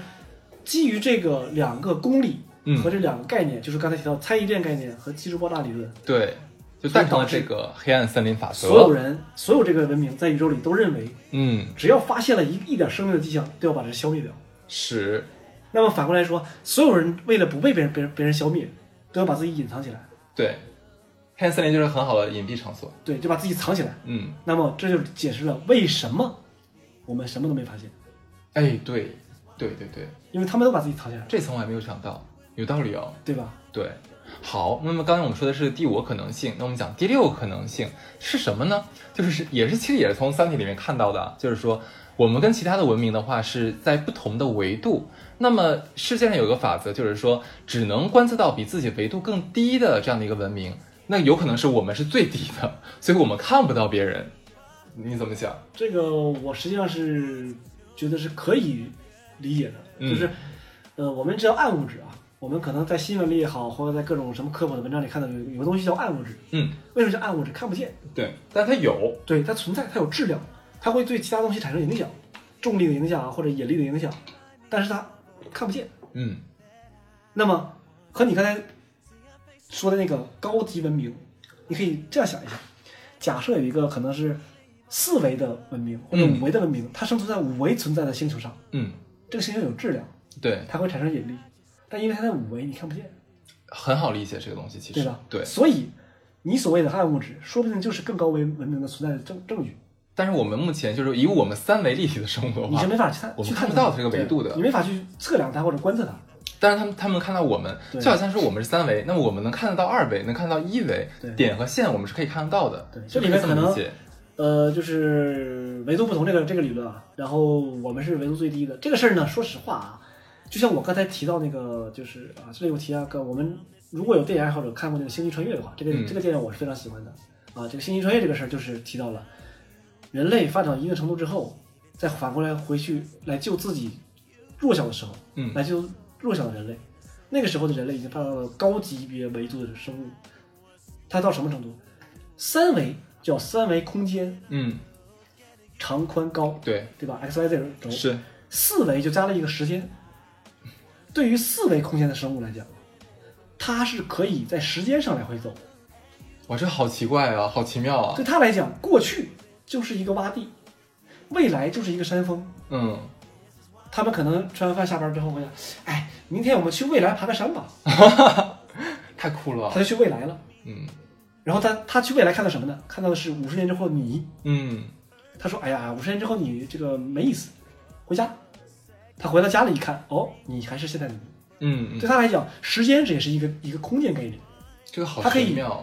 基于这个两个公理
嗯
和这两个概念，就是刚才提到猜疑链概念和技术爆炸理论，
对，就诞生了这个黑暗森林法则。
所有人所有这个文明在宇宙里都认为，
嗯，
只要发现了一一点生命的迹象，都要把这消灭掉。
是，
那么反过来说，所有人为了不被别人别人别人消灭，都要把自己隐藏起来，
对，黑暗森林就是很好的隐蔽场所。
对，就把自己藏起来。
嗯，
那么这就解释了为什么我们什么都没发现，
哎，对，对对对，
因为他们都把自己藏起来了，
这层我还没有想到，有道理哦。
对吧？
对，好，那么刚才我们说的是第五个可能性，那我们讲第六个可能性是什么呢？就是也是其实也是从《三体》里面看到的啊，就是说我们跟其他的文明的话是在不同的维度。那么世界上有个法则，就是说只能观测到比自己维度更低的这样的一个文明，那有可能是我们是最低的，所以我们看不到别人。你怎么想？
这个我实际上是觉得是可以理解的，
嗯
就是呃，我们知道暗物质啊，我们可能在新闻里也好，或者在各种什么科普的文章里看到有有个东西叫暗物质，
嗯，
为什么叫暗物质？看不见，
对，但它有，
对，它存在，它有质量，它会对其他东西产生影响，重力的影响啊，或者引力的影响，但是它看不见。
嗯
那么和你刚才说的那个高级文明，你可以这样想一下：假设有一个可能是四维的文明或者
嗯
五维的文明，它生存在五维存在的星球上，
嗯，
这个星球有质量，
对，
它会产生引力，但因为它在五维，你看不见，
很好理解这个东西，其
对
实
吧？所以你所谓的暗物质，说不定就是更高维文明的存在的证证据，
但是我们目前就是以我们三维立体的生活的
你
话
是，没法去探，
我们
去
看
探
不
它
到这个维度的
对你没法去测量它或者观测它。
但是他们他们能看到我们，
对
就好像是我们是三维，那么我们能看得到二维，能看到一维
对，
点和线我们是可以看得到的。
对
就
这里面
这
可
么
能
理解。
呃，就是维度不同这个这个理论啊，然后我们是维度最低的这个事儿呢，说实话啊，就像我刚才提到那个，就是啊，这里我提到个，我们如果有电影爱好者看过那个《星际穿越》的话，这个、
嗯
这个电影我是非常喜欢的啊。这个《星际穿越》这个事儿就是提到了人类发展到一定程度之后，再反过来回去来救自己弱小的时候，
嗯
来救弱小的人类。那个时候的人类已经发展到了高级别维度的生物，它到什么程度？三维叫三维空间，
嗯，
长、宽、高，
对，
对吧？x、y、z 轴
是
四维就加了一个时间。对于四维空间的生物来讲，它是可以在时间上来回走。
哇，这好奇怪啊，好奇妙啊
对。它来讲，过去就是一个洼地，未来就是一个山峰。
嗯，
他们可能吃完饭下班之后会想，哎，明天我们去未来爬个山吧。
太酷了啊
他。就去未来了。
嗯
然后他他去未来看到什么呢？看到的是五十年之后的你。
嗯，
他说：“哎呀，五十年之后你这个没意思，回家。”他回到家里一看，哦，你还是现在的你。
嗯，
对
嗯，
他来讲，时间这也是一个一个空间概念，
这个好
它可以
奇妙。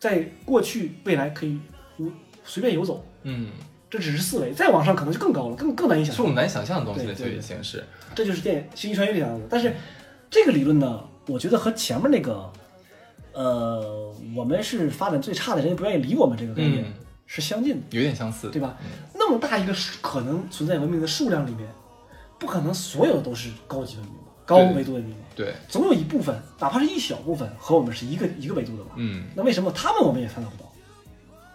在过去、未来可以无随便游走，
嗯，
这只是四维，再往上可能就更高了，更更难以想
是我们
象。
难以想象的东西
对
了，
对
就
对
已经是。
这就是电星际穿越这样子。但是这个理论呢，我觉得和前面那个，呃，我们是发展最差的人也不愿意理我们这个概念、
嗯
是相近的，
有点相似，嗯
对吧？那么大一个数可能存在文明的数量里面，不可能所有都是高级文明吧，高
对
维度文明吧，
对，
总有一部分，哪怕是一小部分和我们是一个一个维度的吧。
嗯，
那为什么他们我们也探讨不
(laughs)
到？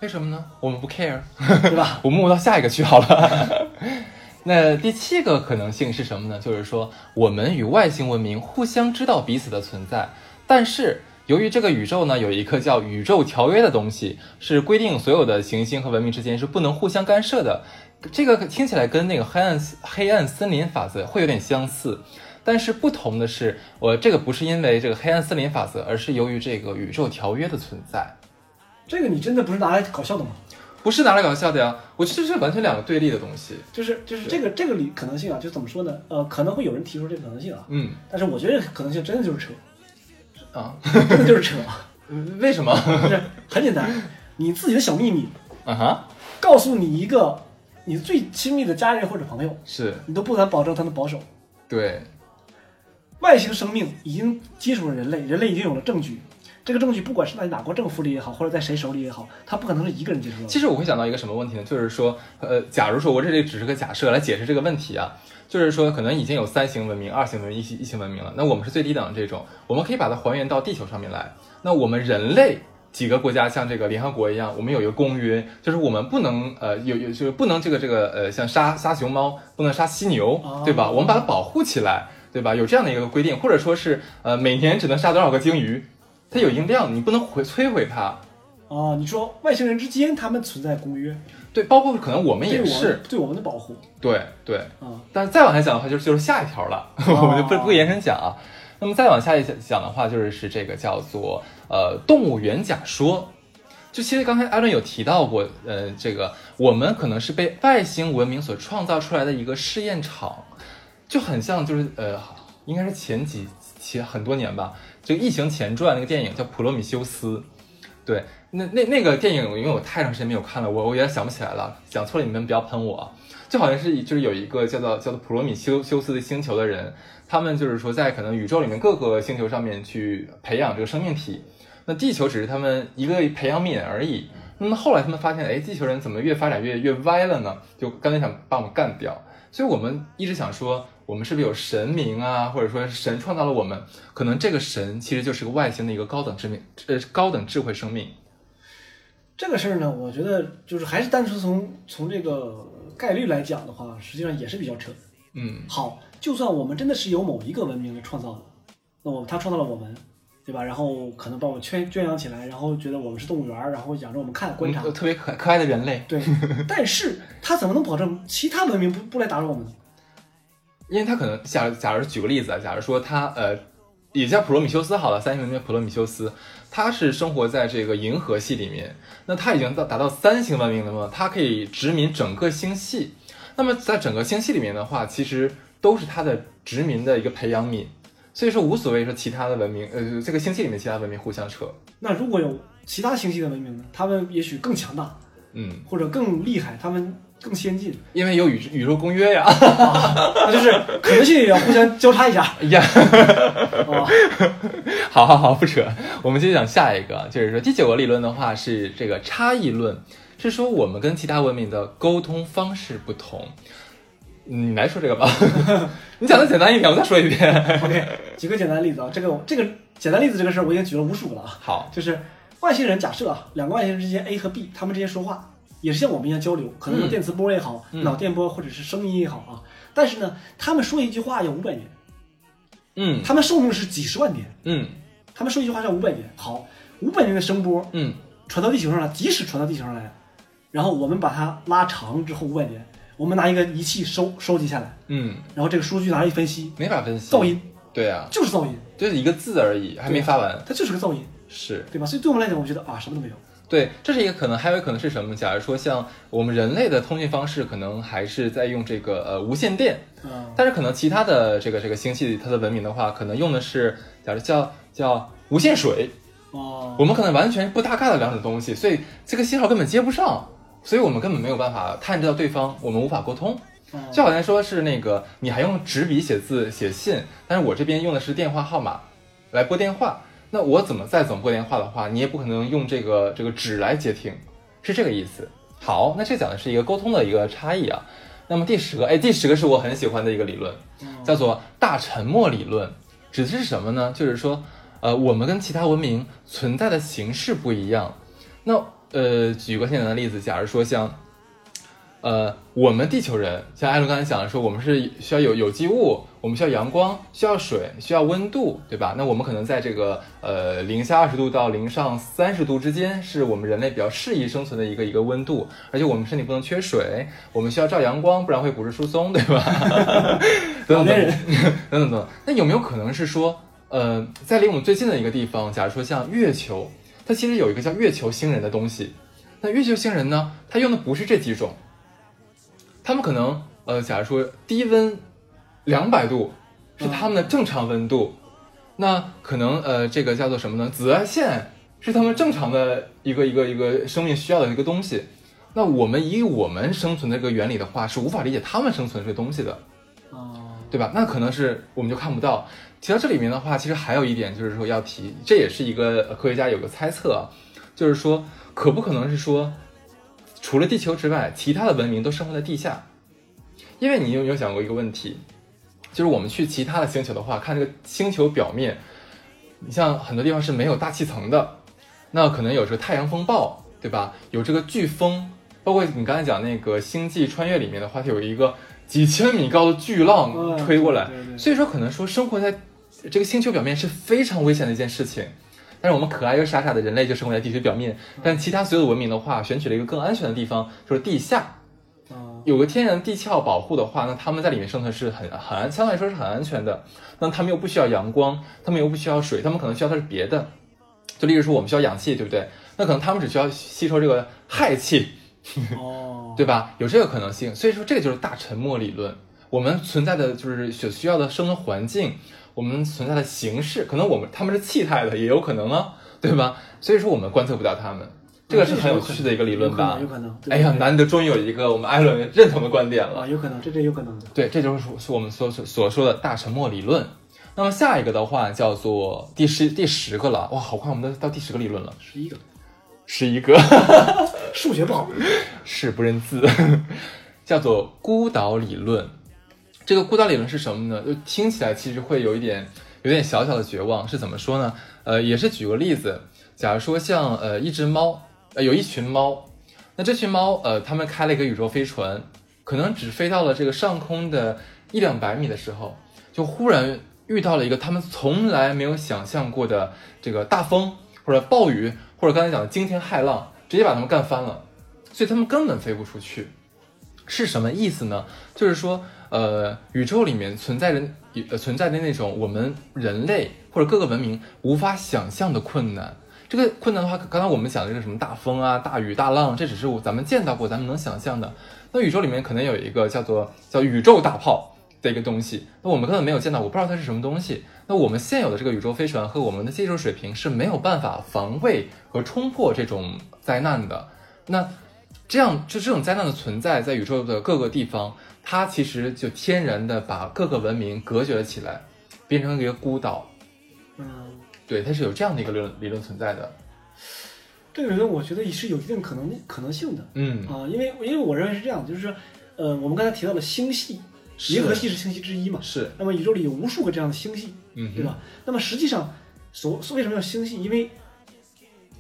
为什么呢？我们不 care，
对吧？
我们摸到下一个去好了。 (laughs) 那第七个可能性是什么呢？就是说，我们与外星文明互相知道彼此的存在，但是由于这个宇宙呢有一个叫《宇宙条约》的东西，是规定所有的行星和文明之间是不能互相干涉的。这个听起来跟那个黑暗黑暗森林法则会有点相似，但是不同的是，我这个不是因为这个黑暗森林法则，而是由于这个宇宙条约的存在。
这个你真的不是拿来搞笑的吗？
不是拿来搞笑的呀，我觉得这是完全两个对立的东西。
就是就是这个这个理可能性啊，就怎么说呢？呃，可能会有人提出这个可能性啊，
嗯
但是我觉得这个可能性真的就是扯，
啊，
真的就是扯，
(laughs) 嗯为什么？
就是很简单，你自己的小秘密
啊哈，
告诉你一个你最亲密的家人或者朋友，
是
你都不敢保证他能保守。
对，
外星生命已经接触了人类，人类已经有了证据，这个证据不管是在哪国政府里也好，或者在谁手里也好，他不可能是一个人接触到的。
其实我会想到一个什么问题呢？就是说，呃，假如说我这里只是个假设来解释这个问题啊，就是说可能已经有三型文明、二型文明、一型一型文明了，那我们是最低等的这种，我们可以把它还原到地球上面来。那我们人类。几个国家像这个联合国一样，我们有一个公约，就是我们不能呃有有就是不能这个这个呃像杀杀熊猫，不能杀犀牛
哦，
对吧？我们把它保护起来，对吧？有这样的一个规定，或者说是呃每年只能杀多少个鲸鱼，它有一定量，你不能毁摧毁它。
啊、你说外星人之间他们存在公约，
对，包括可能我们
对
也
我
是，
对我们的保护
对对，
啊。
但是再往下讲的话，就是就是下一条了， (laughs) 我们就不不延伸讲啊。那么再往下一讲的话，就是是这个叫做呃动物园假说。就其实刚才艾伦有提到过，呃，这个我们可能是被外星文明所创造出来的一个试验场，就很像就是呃，应该是前几前很多年吧，这个《异形前传》那个电影叫《普罗米修斯》，对，那那那个电影，因为我太长时间没有看了，我我也想不起来了，讲错了你们不要喷我啊。就好像是就是有一个叫做叫做普罗米修修斯的星球的人，他们就是说在可能宇宙里面各个星球上面去培养这个生命体，那地球只是他们一个培养皿而已。那么后来他们发现，哎，地球人怎么越发展越越歪了呢？就刚才想把我们干掉，所以我们一直想说，我们是不是有神明啊，或者说神创造了我们？可能这个神其实就是个外星的一个高等智命，呃，高等智慧生命。
这个事儿呢，我觉得就是还是单纯从从这个概率来讲的话，实际上也是比较扯的。
嗯
好，就算我们真的是由某一个文明创造的，那我他创造了我们，对吧？然后可能把我圈圈养起来，然后觉得我们是动物园儿，然后养着我们看观察，
嗯特别可可爱的人类，
对。但是他怎么能保证其他文明不不来打扰我们呢？
因为他可能假假如举个例子啊，假如说他呃，也叫普罗米修斯好了，三星文明的普罗米修斯，他是生活在这个银河系里面，那他已经到达到三星文明了嘛，他可以殖民整个星系。那么在整个星系里面的话，其实都是他的殖民的一个培养皿，所以说无所谓说其他的文明，呃，这个星系里面其他文明互相扯，
那如果有其他星系的文明呢？他们也许更强大，
嗯，
或者更厉害，他们更先进，
因为有宇宇宙公约呀，
那就是可能性也要互相交叉一下。 (laughs)
哎呀， (laughs)
哦，
好好好，不扯，我们接着讲下一个，就是说第九个理论的话是这个差异论，是说我们跟其他文明的沟通方式不同。你来说这个吧， (laughs) 你讲的简单一点，我再说一遍。
OK，举个简单的例子啊，这个这个简单例子这个事儿我已经举了无数个了啊，
好，
就是外星人假设啊，两个外星人之间 A 和 B，他们之间说话也是像我们一样交流，可能用
嗯
电磁波也好，
嗯
脑电波或者是声音也好啊，但是呢，他们说一句话要五百年，
嗯
他们寿命是几十万年，
嗯
他们说一句话要五百年，好，五百年的声波
嗯
传到地球上了，即使传到地球上来了，然后我们把它拉长之后五百年，我们拿一个仪器收收集下来，
嗯，
然后这个数据拿来一分析，
没法分析。
噪音
对啊，
就是噪音，
就是一个字而已，还没发完。
它就是个噪音，
是
对吧？所以对我们来讲，我觉得啊，什么都没有。
对，这是一个可能，还有一个可能是什么？假如说像我们人类的通讯方式，可能还是在用这个呃无线电，
嗯，
但是可能其他的这个这个星系它的文明的话，可能用的是假如叫叫无线水，
哦，
嗯我们可能完全不搭嘎的两种东西，所以这个信号根本接不上，所以我们根本没有办法探知到对方，我们无法沟通。
哦
就好像说是那个你还用纸笔写字写信，但是我这边用的是电话号码来拨电话，那我怎么再怎么拨电话的话，你也不可能用这个这个纸来接听，是这个意思。好，那这讲的是一个沟通的一个差异啊。那么第十个，哎，第十个是我很喜欢的一个理论，叫做大沉默理论，指的是什么呢？就是说，呃，我们跟其他文明存在的形式不一样。那呃，举个简单的例子，假如说像呃，我们地球人，像艾伦刚才讲的说，我们是需要有有机物，我们需要阳光，需要水，需要温度，对吧？那我们可能在这个呃零下二十度到零上三十度之间，是我们人类比较适宜生存的一个一个温度，而且我们身体不能缺水，我们需要照阳光，不然会骨质疏松，对吧？ (laughs) 等等
好
等
累
等等等等。那有没有可能是说，呃，在离我们最近的一个地方，假如说像月球，它其实有一个叫月球星人的东西。那月球星人呢，它用的不是这几种，他们可能呃，假如说低温两百度是他们的正常温度，那可能呃，这个叫做什么呢？紫外线是他们正常的一个一个一个生命需要的一个东西。那我们以我们生存的这个原理的话，是无法理解他们生存这个东西的。
哦，
对吧？那可能是我们就看不到。提到这里面的话，其实还有一点就是说要提，这也是一个呃科学家有个猜测啊，就是说可不可能是说，除了地球之外，其他的文明都生活在地下？因为你有没有想过一个问题，就是我们去其他的星球的话，看这个星球表面，你像很多地方是没有大气层的，那可能有这个太阳风暴，对吧？有这个飓风，包括你刚才讲那个《星际穿越》里面的话，它有一个几千米高的巨浪
嗯
吹过来
对对，对
所以说可能说生活在这个星球表面是非常危险的一件事情。但是我们可爱又傻傻的人类就生活在地球表面，但其他所有的文明的话，选取了一个更安全的地方，就是地下。
哦，
有个天然地壳保护的话，那他们在里面生存是很很安，相对来说是很安全的。那他们又不需要阳光，他们又不需要水，他们可能需要的是别的。就例如说我们需要氧气，对不对？那可能他们只需要吸收这个氦气，
哦，
对吧？有这个可能性。所以说，这个就是大沉默理论。我们存在的就是所需要的生存环境，我们存在的形式，可能我们他们是气态的，也有可能啊，对吧？所以说我们观测不了他们，这个是很有趣的一个理论吧
有？可能，有可能
哎呀，难得终于有一个我们艾伦认同的观点了
啊，。有可能，这这有可能的。
对，这就是是我们所所所说的大沉默理论。那么下一个的话叫做第十第十个了，哇，好快，我们都到第十个理论了，
十一个，
十一个
数学不好，
是不认字，叫做孤岛理论。这个孤岛理论是什么呢？就听起来其实会有一点有点小小的绝望，是怎么说呢？呃，也是举个例子，假如说像呃一只猫，呃有一群猫，那这群猫呃他们开了一个宇宙飞船，可能只飞到了这个上空的一两百米的时候，就忽然遇到了一个他们从来没有想象过的这个大风或者暴雨，或者刚才讲的惊天骇浪，直接把他们干翻了，所以他们根本飞不出去。是什么意思呢？就是说，呃，宇宙里面存在着、呃、存在的那种我们人类或者各个文明无法想象的困难。这个困难的话，刚才我们讲的这个什么大风啊、大雨、大浪，这只是我咱们见到过、咱们能想象的。那宇宙里面可能有一个叫做叫宇宙大炮的一个东西，那我们根本没有见到，我不知道它是什么东西。那我们现有的这个宇宙飞船和我们的技术水平是没有办法防卫和冲破这种灾难的。那这样就这种灾难的存在，在宇宙的各个地方，它其实就天然的把各个文明隔绝了起来，变成一个孤岛。
嗯，
对，它是有这样的一个理论理论存在的。
这个理论我觉得也是有一定可能可能性的
嗯
啊，因为因为我认为是这样，就是说呃，我们刚才提到了星系，
是
银河系是星系之一嘛，
是，
那么宇宙里有无数个这样的星系，
嗯哼
对吧？那么实际上，所所为什么叫星系？因为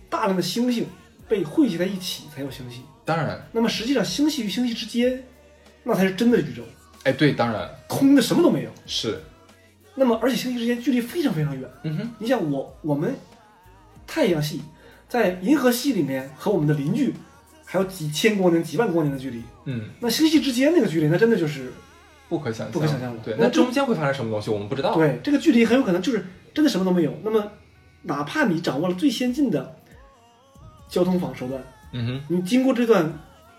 大量的星星被汇集在一起才叫星系。
当然，
那么实际上，星系与星系之间，那才是真的宇宙，
哎，对，当然
空的什么都没有。
是，
那么而且星系之间距离非常非常远。
嗯哼，
你想我我们太阳系在银河系里面和我们的邻居还有几千光年、几万光年的距离，
嗯，
那星系之间那个距离，那真的就是
不可想象，
不可想象
对，
那
那
这
中间会发生什么东西，我们不知道。，
对，这个距离很有可能就是真的什么都没有。那么，哪怕你掌握了最先进的交通法手段，
嗯哼，
你经过这段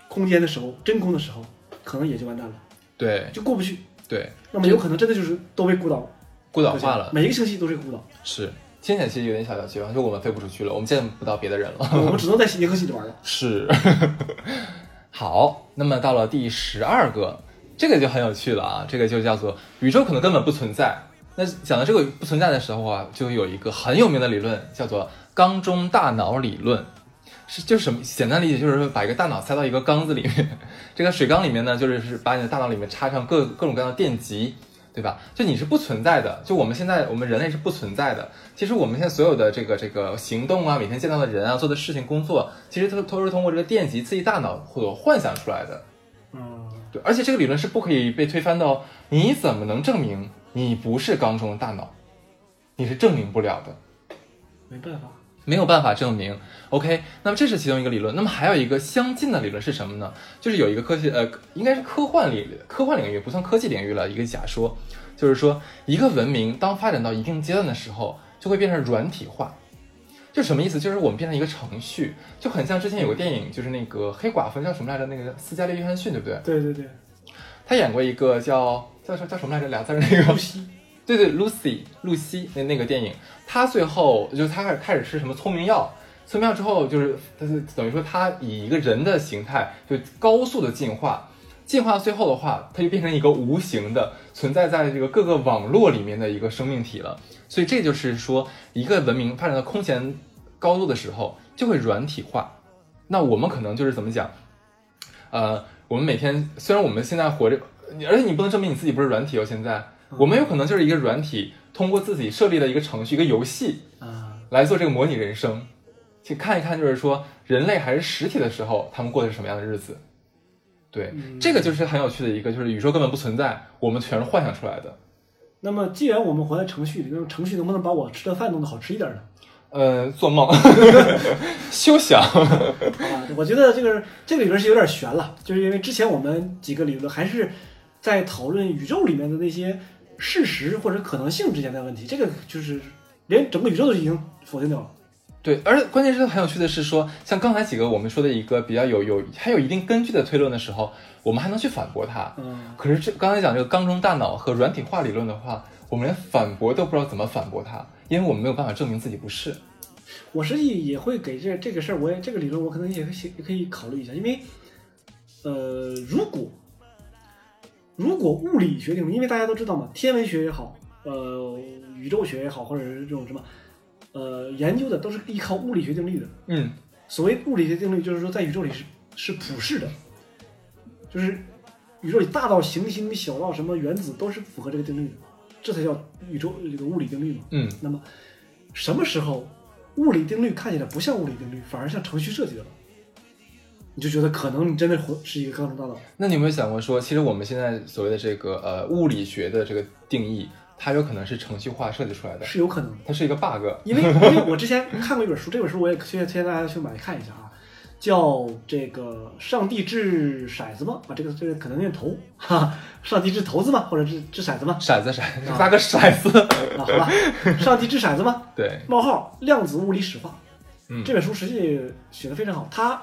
空间的时候，真空的时候，可能也就完蛋了，
对
就过不去。
对，
那么有可能真的就是都被孤岛
孤岛化了，
每一个星系都是一个孤岛，
是。现在其实有点小小希望，就我们飞不出去了，我们见不到别的人
(laughs)
了。
我们只能在银河系里玩了。
是， (laughs) 好，那么到了第十二个，这个就很有趣了啊，这个就叫做宇宙可能根本不存在。那讲到这个不存在的时候啊，就有一个很有名的理论，叫做缸中大脑理论。是就是什么？简单理解就是说把一个大脑塞到一个缸子里面，这个水缸里面呢，就是是把你的大脑里面插上各各种各样的电极，对吧？就你是不存在的，就我们现在我们人类是不存在的。其实我们现在所有的这个这个行动啊，每天见到的人啊，做的事情、工作，其实都都是通过这个电极刺激大脑所幻想出来的。
嗯，
对，而且这个理论是不可以被推翻的哦。你怎么能证明你不是缸中的大脑？你是证明不了的。
没办法，
没有办法证明。OK，那么这是其中一个理论。那么还有一个相近的理论是什么呢？就是有一个科学呃，应该是科幻领科幻领域，不算科技领域了，一个假说，就是说一个文明当发展到一定阶段的时候，就会变成软体化。就什么意思？就是我们变成一个程序，就很像之前有个电影，就是那个黑寡妇叫什么来着？那个斯嘉丽·约翰逊，对不对？
嗯对对对，
她演过一个叫叫叫叫什么来着？俩字儿那个
呼吸，
(laughs) 对对，Lucy 露西那那个电影，她最后就是她开始开始吃什么聪明药，聪明药之后就是她是等于说她以一个人的形态就高速的进化，进化到最后的话，它就变成一个无形的存在在这个各个网络里面的一个生命体了。所以这就是说，一个文明发展到空前高度的时候，就会软体化。那我们可能就是怎么讲？呃，我们每天虽然我们现在活着，你而且你不能证明你自己不是软体哦。现在
嗯
我们有可能就是一个软体，通过自己设立的一个程序、一个游戏
啊，
来做这个模拟人生，去看一看，就是说人类还是实体的时候，他们过的是什么样的日子。对，
嗯
这个就是很有趣的一个，就是宇宙根本不存在，我们全是幻想出来的。
那么既然我们活在程序里，那么程序能不能把我吃的饭弄得好吃一点呢？
呃，做梦，休想。
啊，我觉得这个这个理论是有点悬了，就是因为之前我们几个理论还是在讨论宇宙里面的那些事实或者可能性之间的问题，这个就是连整个宇宙都已经否定掉了。
对，而且关键是很有趣的是说，像刚才几个我们说的一个比较有有还有一定根据的推论的时候，我们还能去反驳它。
嗯，
可是这刚才讲这个缸中大脑和软体化理论的话，我们连反驳都不知道怎么反驳它，因为我们没有办法证明自己不是。
我实际也会给这这个事儿，我也这个理论我可能也可以也可以考虑一下，因为呃，如果如果物理学定律，因为大家都知道嘛，天文学也好，呃，宇宙学也好，或者是这种什么呃研究的，都是依靠物理学定律的。
嗯，
所谓物理学定律，就是说在宇宙里是是普世的，就是宇宙里大到行星，小到什么原子都是符合这个定律的，这才叫宇宙这个物理定律嘛。
嗯，
那么什么时候物理定律看起来不像物理定律，反而像程序设计的了？你就觉得可能你真的活是一个高能大脑。
那你有没有想过说，其实我们现在所谓的这个呃物理学的这个定义，它有可能是程序化设计出来的，
是有可能的。
它是一个 bug。
因为因为我之前看过一本书，这本书我也推荐推荐大家去买看一下啊，叫这个《上帝掷骰子吗》啊，这个这个可能念骰，哈、哈，上帝掷骰子吗？或者掷掷骰子吗？
骰子骰子，发个骰 (laughs) 子。
(laughs) 啊，好吧，上帝掷骰子吗？
对，
冒号量子物理史话，
嗯
这本书实际写的非常好，它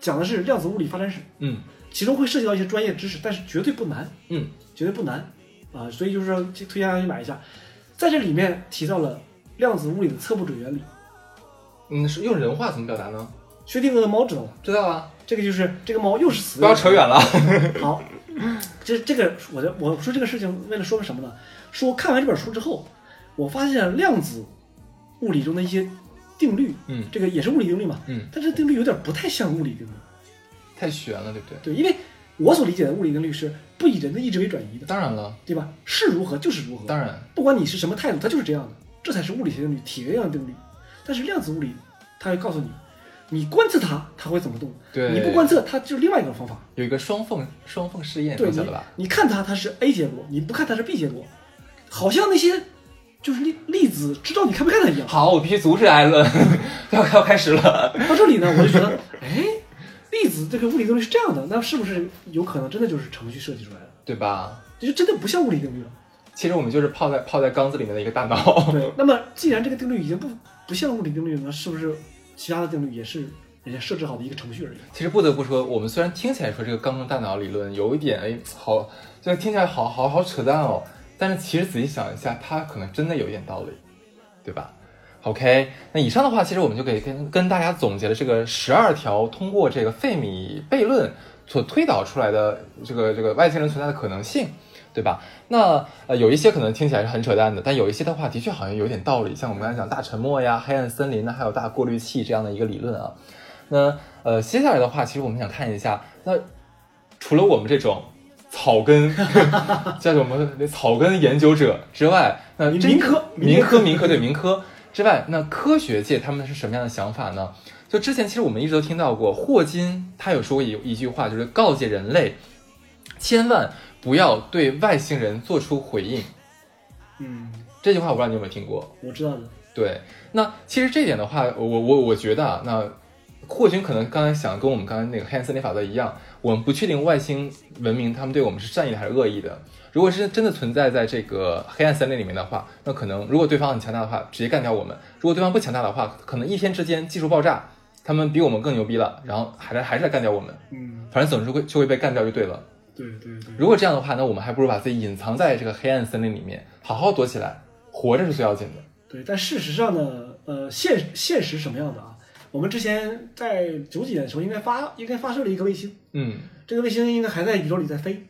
讲的是量子物理发展史，
嗯
其中会涉及到一些专业知识，但是绝对不难，
嗯，
绝对不难啊、所以就是说推荐大家去买一下，在这里面提到了量子物理的测不准原理。
嗯，是用人话怎么表达呢？
薛定谔的猫知道吗？
知道啊，
这个就是这个猫又是死。
不要扯远了。
好，这这个我的我说这个事情为了说个什么呢？说看完这本书之后，我发现量子物理中的一些定律，
嗯
这个也是物理定律嘛，
嗯，
但这定律有点不太像物理定律。
(laughs) 太悬了，对不对？
对，因为我所理解的物理定律是不以人的意志为转移的，
当然了，
对吧？是如何就是如何，
当然，
不管你是什么态度，它就是这样的，这才是物理学定律、体力量定律。但是量子物理，它会告诉你，你观测它，它会怎么动；
对
你不观测，它就是另外一种方法。
有一个双缝双缝试验，
对
你
你
晓得吧？ (laughs)
你看它，它是 A 结果；你不看它是 B 结果。好像那些就是粒粒子知道你看不看它一样。
好，我必须阻止艾伦， (laughs) 要要开始了。
到这里呢，我就觉得，哎，粒子这个物理定律是这样的，那是不是有可能真的就是程序设计出来的？
对吧？
这就真的不像物理定律了。
其实我们就是泡在泡在缸子里面的一个大脑。
(laughs) 对，那么既然这个定律已经不不像物理定律了，那是不是其他的定律也是人家设置好的一个程序而已？
其实不得不说，我们虽然听起来说这个缸中大脑理论有一点哎好，就听起来好好好扯淡哦，但是其实仔细想一下，它可能真的有一点道理，对吧？OK，那以上的话，其实我们就给跟跟大家总结了这个十二条通过这个费米悖论所推导出来的这个这个外星人存在的可能性，对吧？那呃，有一些可能听起来是很扯淡的，但有一些的话，的确好像有点道理。像我们刚才讲大沉默呀、黑暗森林呐，还有大过滤器这样的一个理论啊。那呃，接下来的话，其实我们想看一下，那除了我们这种草根 (laughs) 叫什么草根研究者之外，那
民
真
民科
民科、民科对民科之外，那科学界他们是什么样的想法呢？就之前其实我们一直都听到过，霍金他有说过一一句话，就是告诫人类千万不要对外星人做出回应。
嗯，
这句话我不知道你有没有听过？
我知道的。
对，那其实这一点的话，我我我觉得啊，那霍金可能刚才想跟我们刚才那个黑暗森林法则一样，我们不确定外星文明他们对我们是善意的还是恶意的。如果是真的存在在这个黑暗森林里面的话，那可能如果对方很强大的话，直接干掉我们；如果对方不强大的话，可能一天之间技术爆炸，他们比我们更牛逼了，然后还是还是来干掉我们。
嗯，
反正总之会就会被干掉就对了。
对对对。
如果这样的话，那我们还不如把自己隐藏在这个黑暗森林里面，好好躲起来，活着是最要紧的。
对，但事实上呢，呃，现现实什么样的啊？我们之前在九几年的时候，应该发应该发射了一个卫星，
嗯，
这个卫星应该还在宇宙里在飞，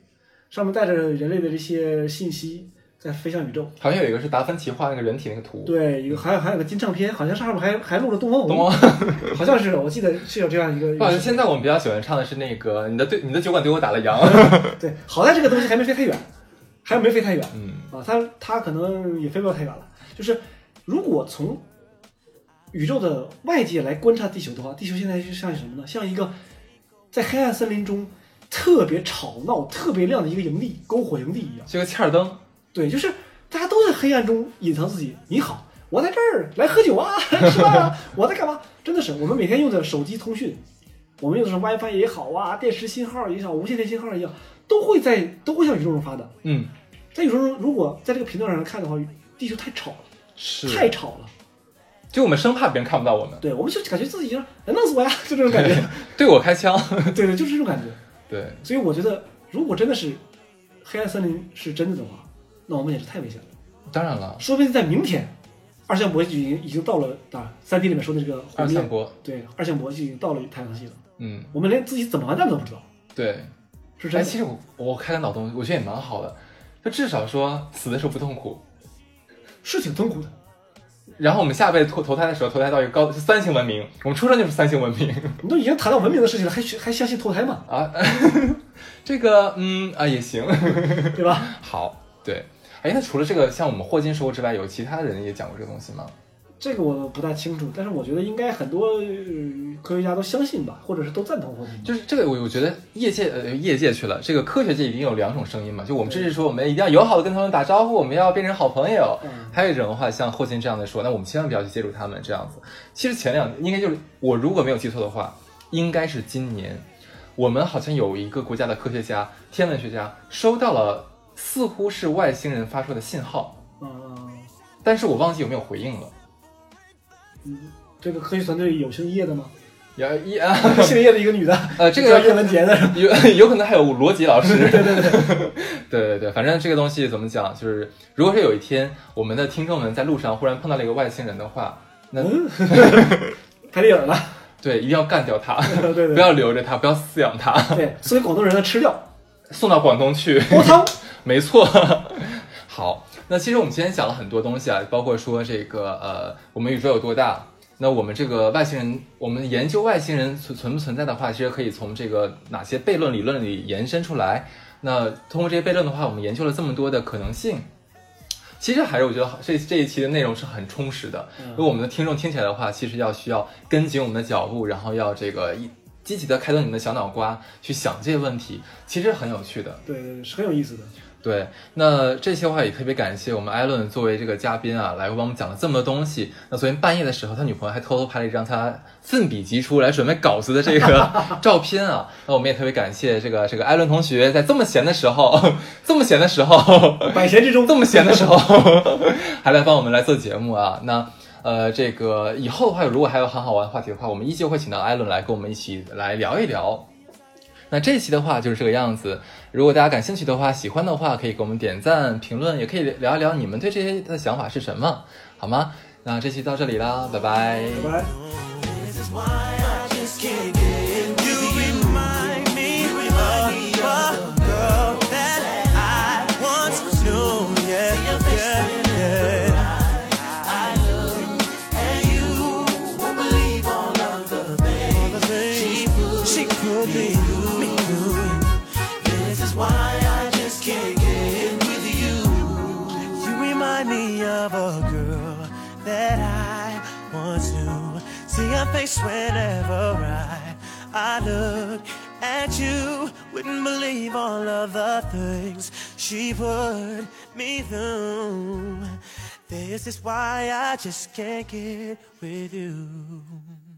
上面带着人类的这些信息在飞向宇宙。
好像有一个是达芬奇画那个人体那个图，
对，有还有还有个金唱片，好像上面还还录了东方啊
懂
红，
吗？
好像是，我记得是有这样一
(laughs)
个。一
不好意
个
思，现在我们比较喜欢唱的是那个你的对你的酒馆对我打了烊，
对，好在这个东西还没飞太远，还没飞太远。
嗯
啊，它它可能也飞不了太远了。就是如果从宇宙的外界来观察地球的话，地球现在就像什么呢？像一个在黑暗森林中特别吵闹、特别亮的一个营地，篝火营地一样。
就个切尔登，
对，就是大家都在黑暗中隐藏自己。你好，我在这儿，来喝酒啊， (laughs) 来吃饭啊，我在干嘛？真的是，我们每天用的手机通讯，我们用的是 WiFi 也好啊，电池信号也好，无线电信号也好，都会在都会向宇宙中发的。
嗯，
在有时候如果在这个频道上看的话，地球太吵了，太
是，
吵了。
就我们生怕别人看不到我们，
对，我们就感觉自己就是哎弄死我呀，就这种
(laughs)
感觉。
对我开枪，
对对，就是这种感觉。
对，
所以我觉得，如果真的是黑暗森林是真的的话，那我们也是太危险了。
当然了，
说不定在明天，二向箔就已经已经到了啊三 D 里面说的这个
二
环
向
面，
箔，
对，二向箔就已经到了太阳系了。
嗯，
我们连自己怎么完蛋都不知道，
对，
是真
哎，
的。
其实我我开个脑洞，我觉得也蛮好的，就至少说死的时候不痛苦，
是挺痛苦的。
然后我们下辈子投投胎的时候投胎到一个高三星文明，我们出生就是三星文明
你都已经谈到文明的事情了，还还相信投胎吗？
啊， (laughs) 这个嗯啊也行。
对吧？
好，对。哎，那除了这个，像我们霍金说过之外，有其他人也讲过这个东西吗？
这个我不大清楚，但是我觉得应该很多、呃科学家都相信吧，或者是都赞同霍金。
就是这个，我我觉得业界呃业界去了，这个科学界一定有两种声音嘛。就我们之前说，我们一定要友好的跟他们打招呼，我们要变成好朋友。
嗯
还有一种的话，像霍金这样的说，那我们千万不要去接触他们这样子。其实前两应该就是我如果没有记错的话，应该是今年，我们好像有一个国家的科学家、天文学家收到了似乎是外星人发出的信号，
嗯，
但是我忘记有没有回应了。
这个科学团队有姓叶的吗？
要 (laughs) 一啊，
姓叶的一个女的，
(laughs) 呃，这个
叫
要
叶文洁的是吧？
有有可能还有罗辑老
(laughs)
师，对对 (laughs) 对，对对对，反正这个东西怎么讲，就是如果是有一天我们的听众们在路上忽然碰到了一个外星人的话，那
嗯拍电影了，
对一定要干掉他，
对对
不要留着他，不要饲养他，
对，所以广东人呢吃掉
送到广东去，
煲汤。
没错。 (laughs) 好，那其实我们今天讲了很多东西啊，包括说这个呃，我们宇宙有多大。那我们这个外星人，我们研究外星人存存不存在的话，其实可以从这个哪些悖论理论里延伸出来。那通过这些悖论的话，我们研究了这么多的可能性。其实还是我觉得这这一期的内容是很充实的。如果我们的听众听起来的话，其实要需要跟紧我们的脚步，然后要这个一积极的开动你们的小脑瓜去想这些问题，其实很有趣的。
对对对，是很有意思的。
对，那这期的话也特别感谢我们艾伦作为这个嘉宾啊，来帮我们讲了这么多东西。那昨天半夜的时候，他女朋友还偷偷拍了一张他奋笔疾书来准备稿子的这个照片啊。那我们也特别感谢这个这个艾伦同学，在这么闲的时候， (laughs) 这么闲的时候，
百闲之中
这么闲的时候， (laughs) 还来帮我们来做节目啊。那呃，这个以后的话，如果还有很好玩的话题的话，我们依旧会请到艾伦来跟我们一起来聊一聊。那这一期的话就是这个样子。如果大家感兴趣的话，喜欢的话可以给我们点赞、评论，也可以聊一聊你们对这些的想法是什么，好吗？那这期到这里啦，拜拜。
拜拜。
Of a girl that I once knew. See her face whenever I I look at you. Wouldn't believe all of the things she put me through. This is why I just can't get with you.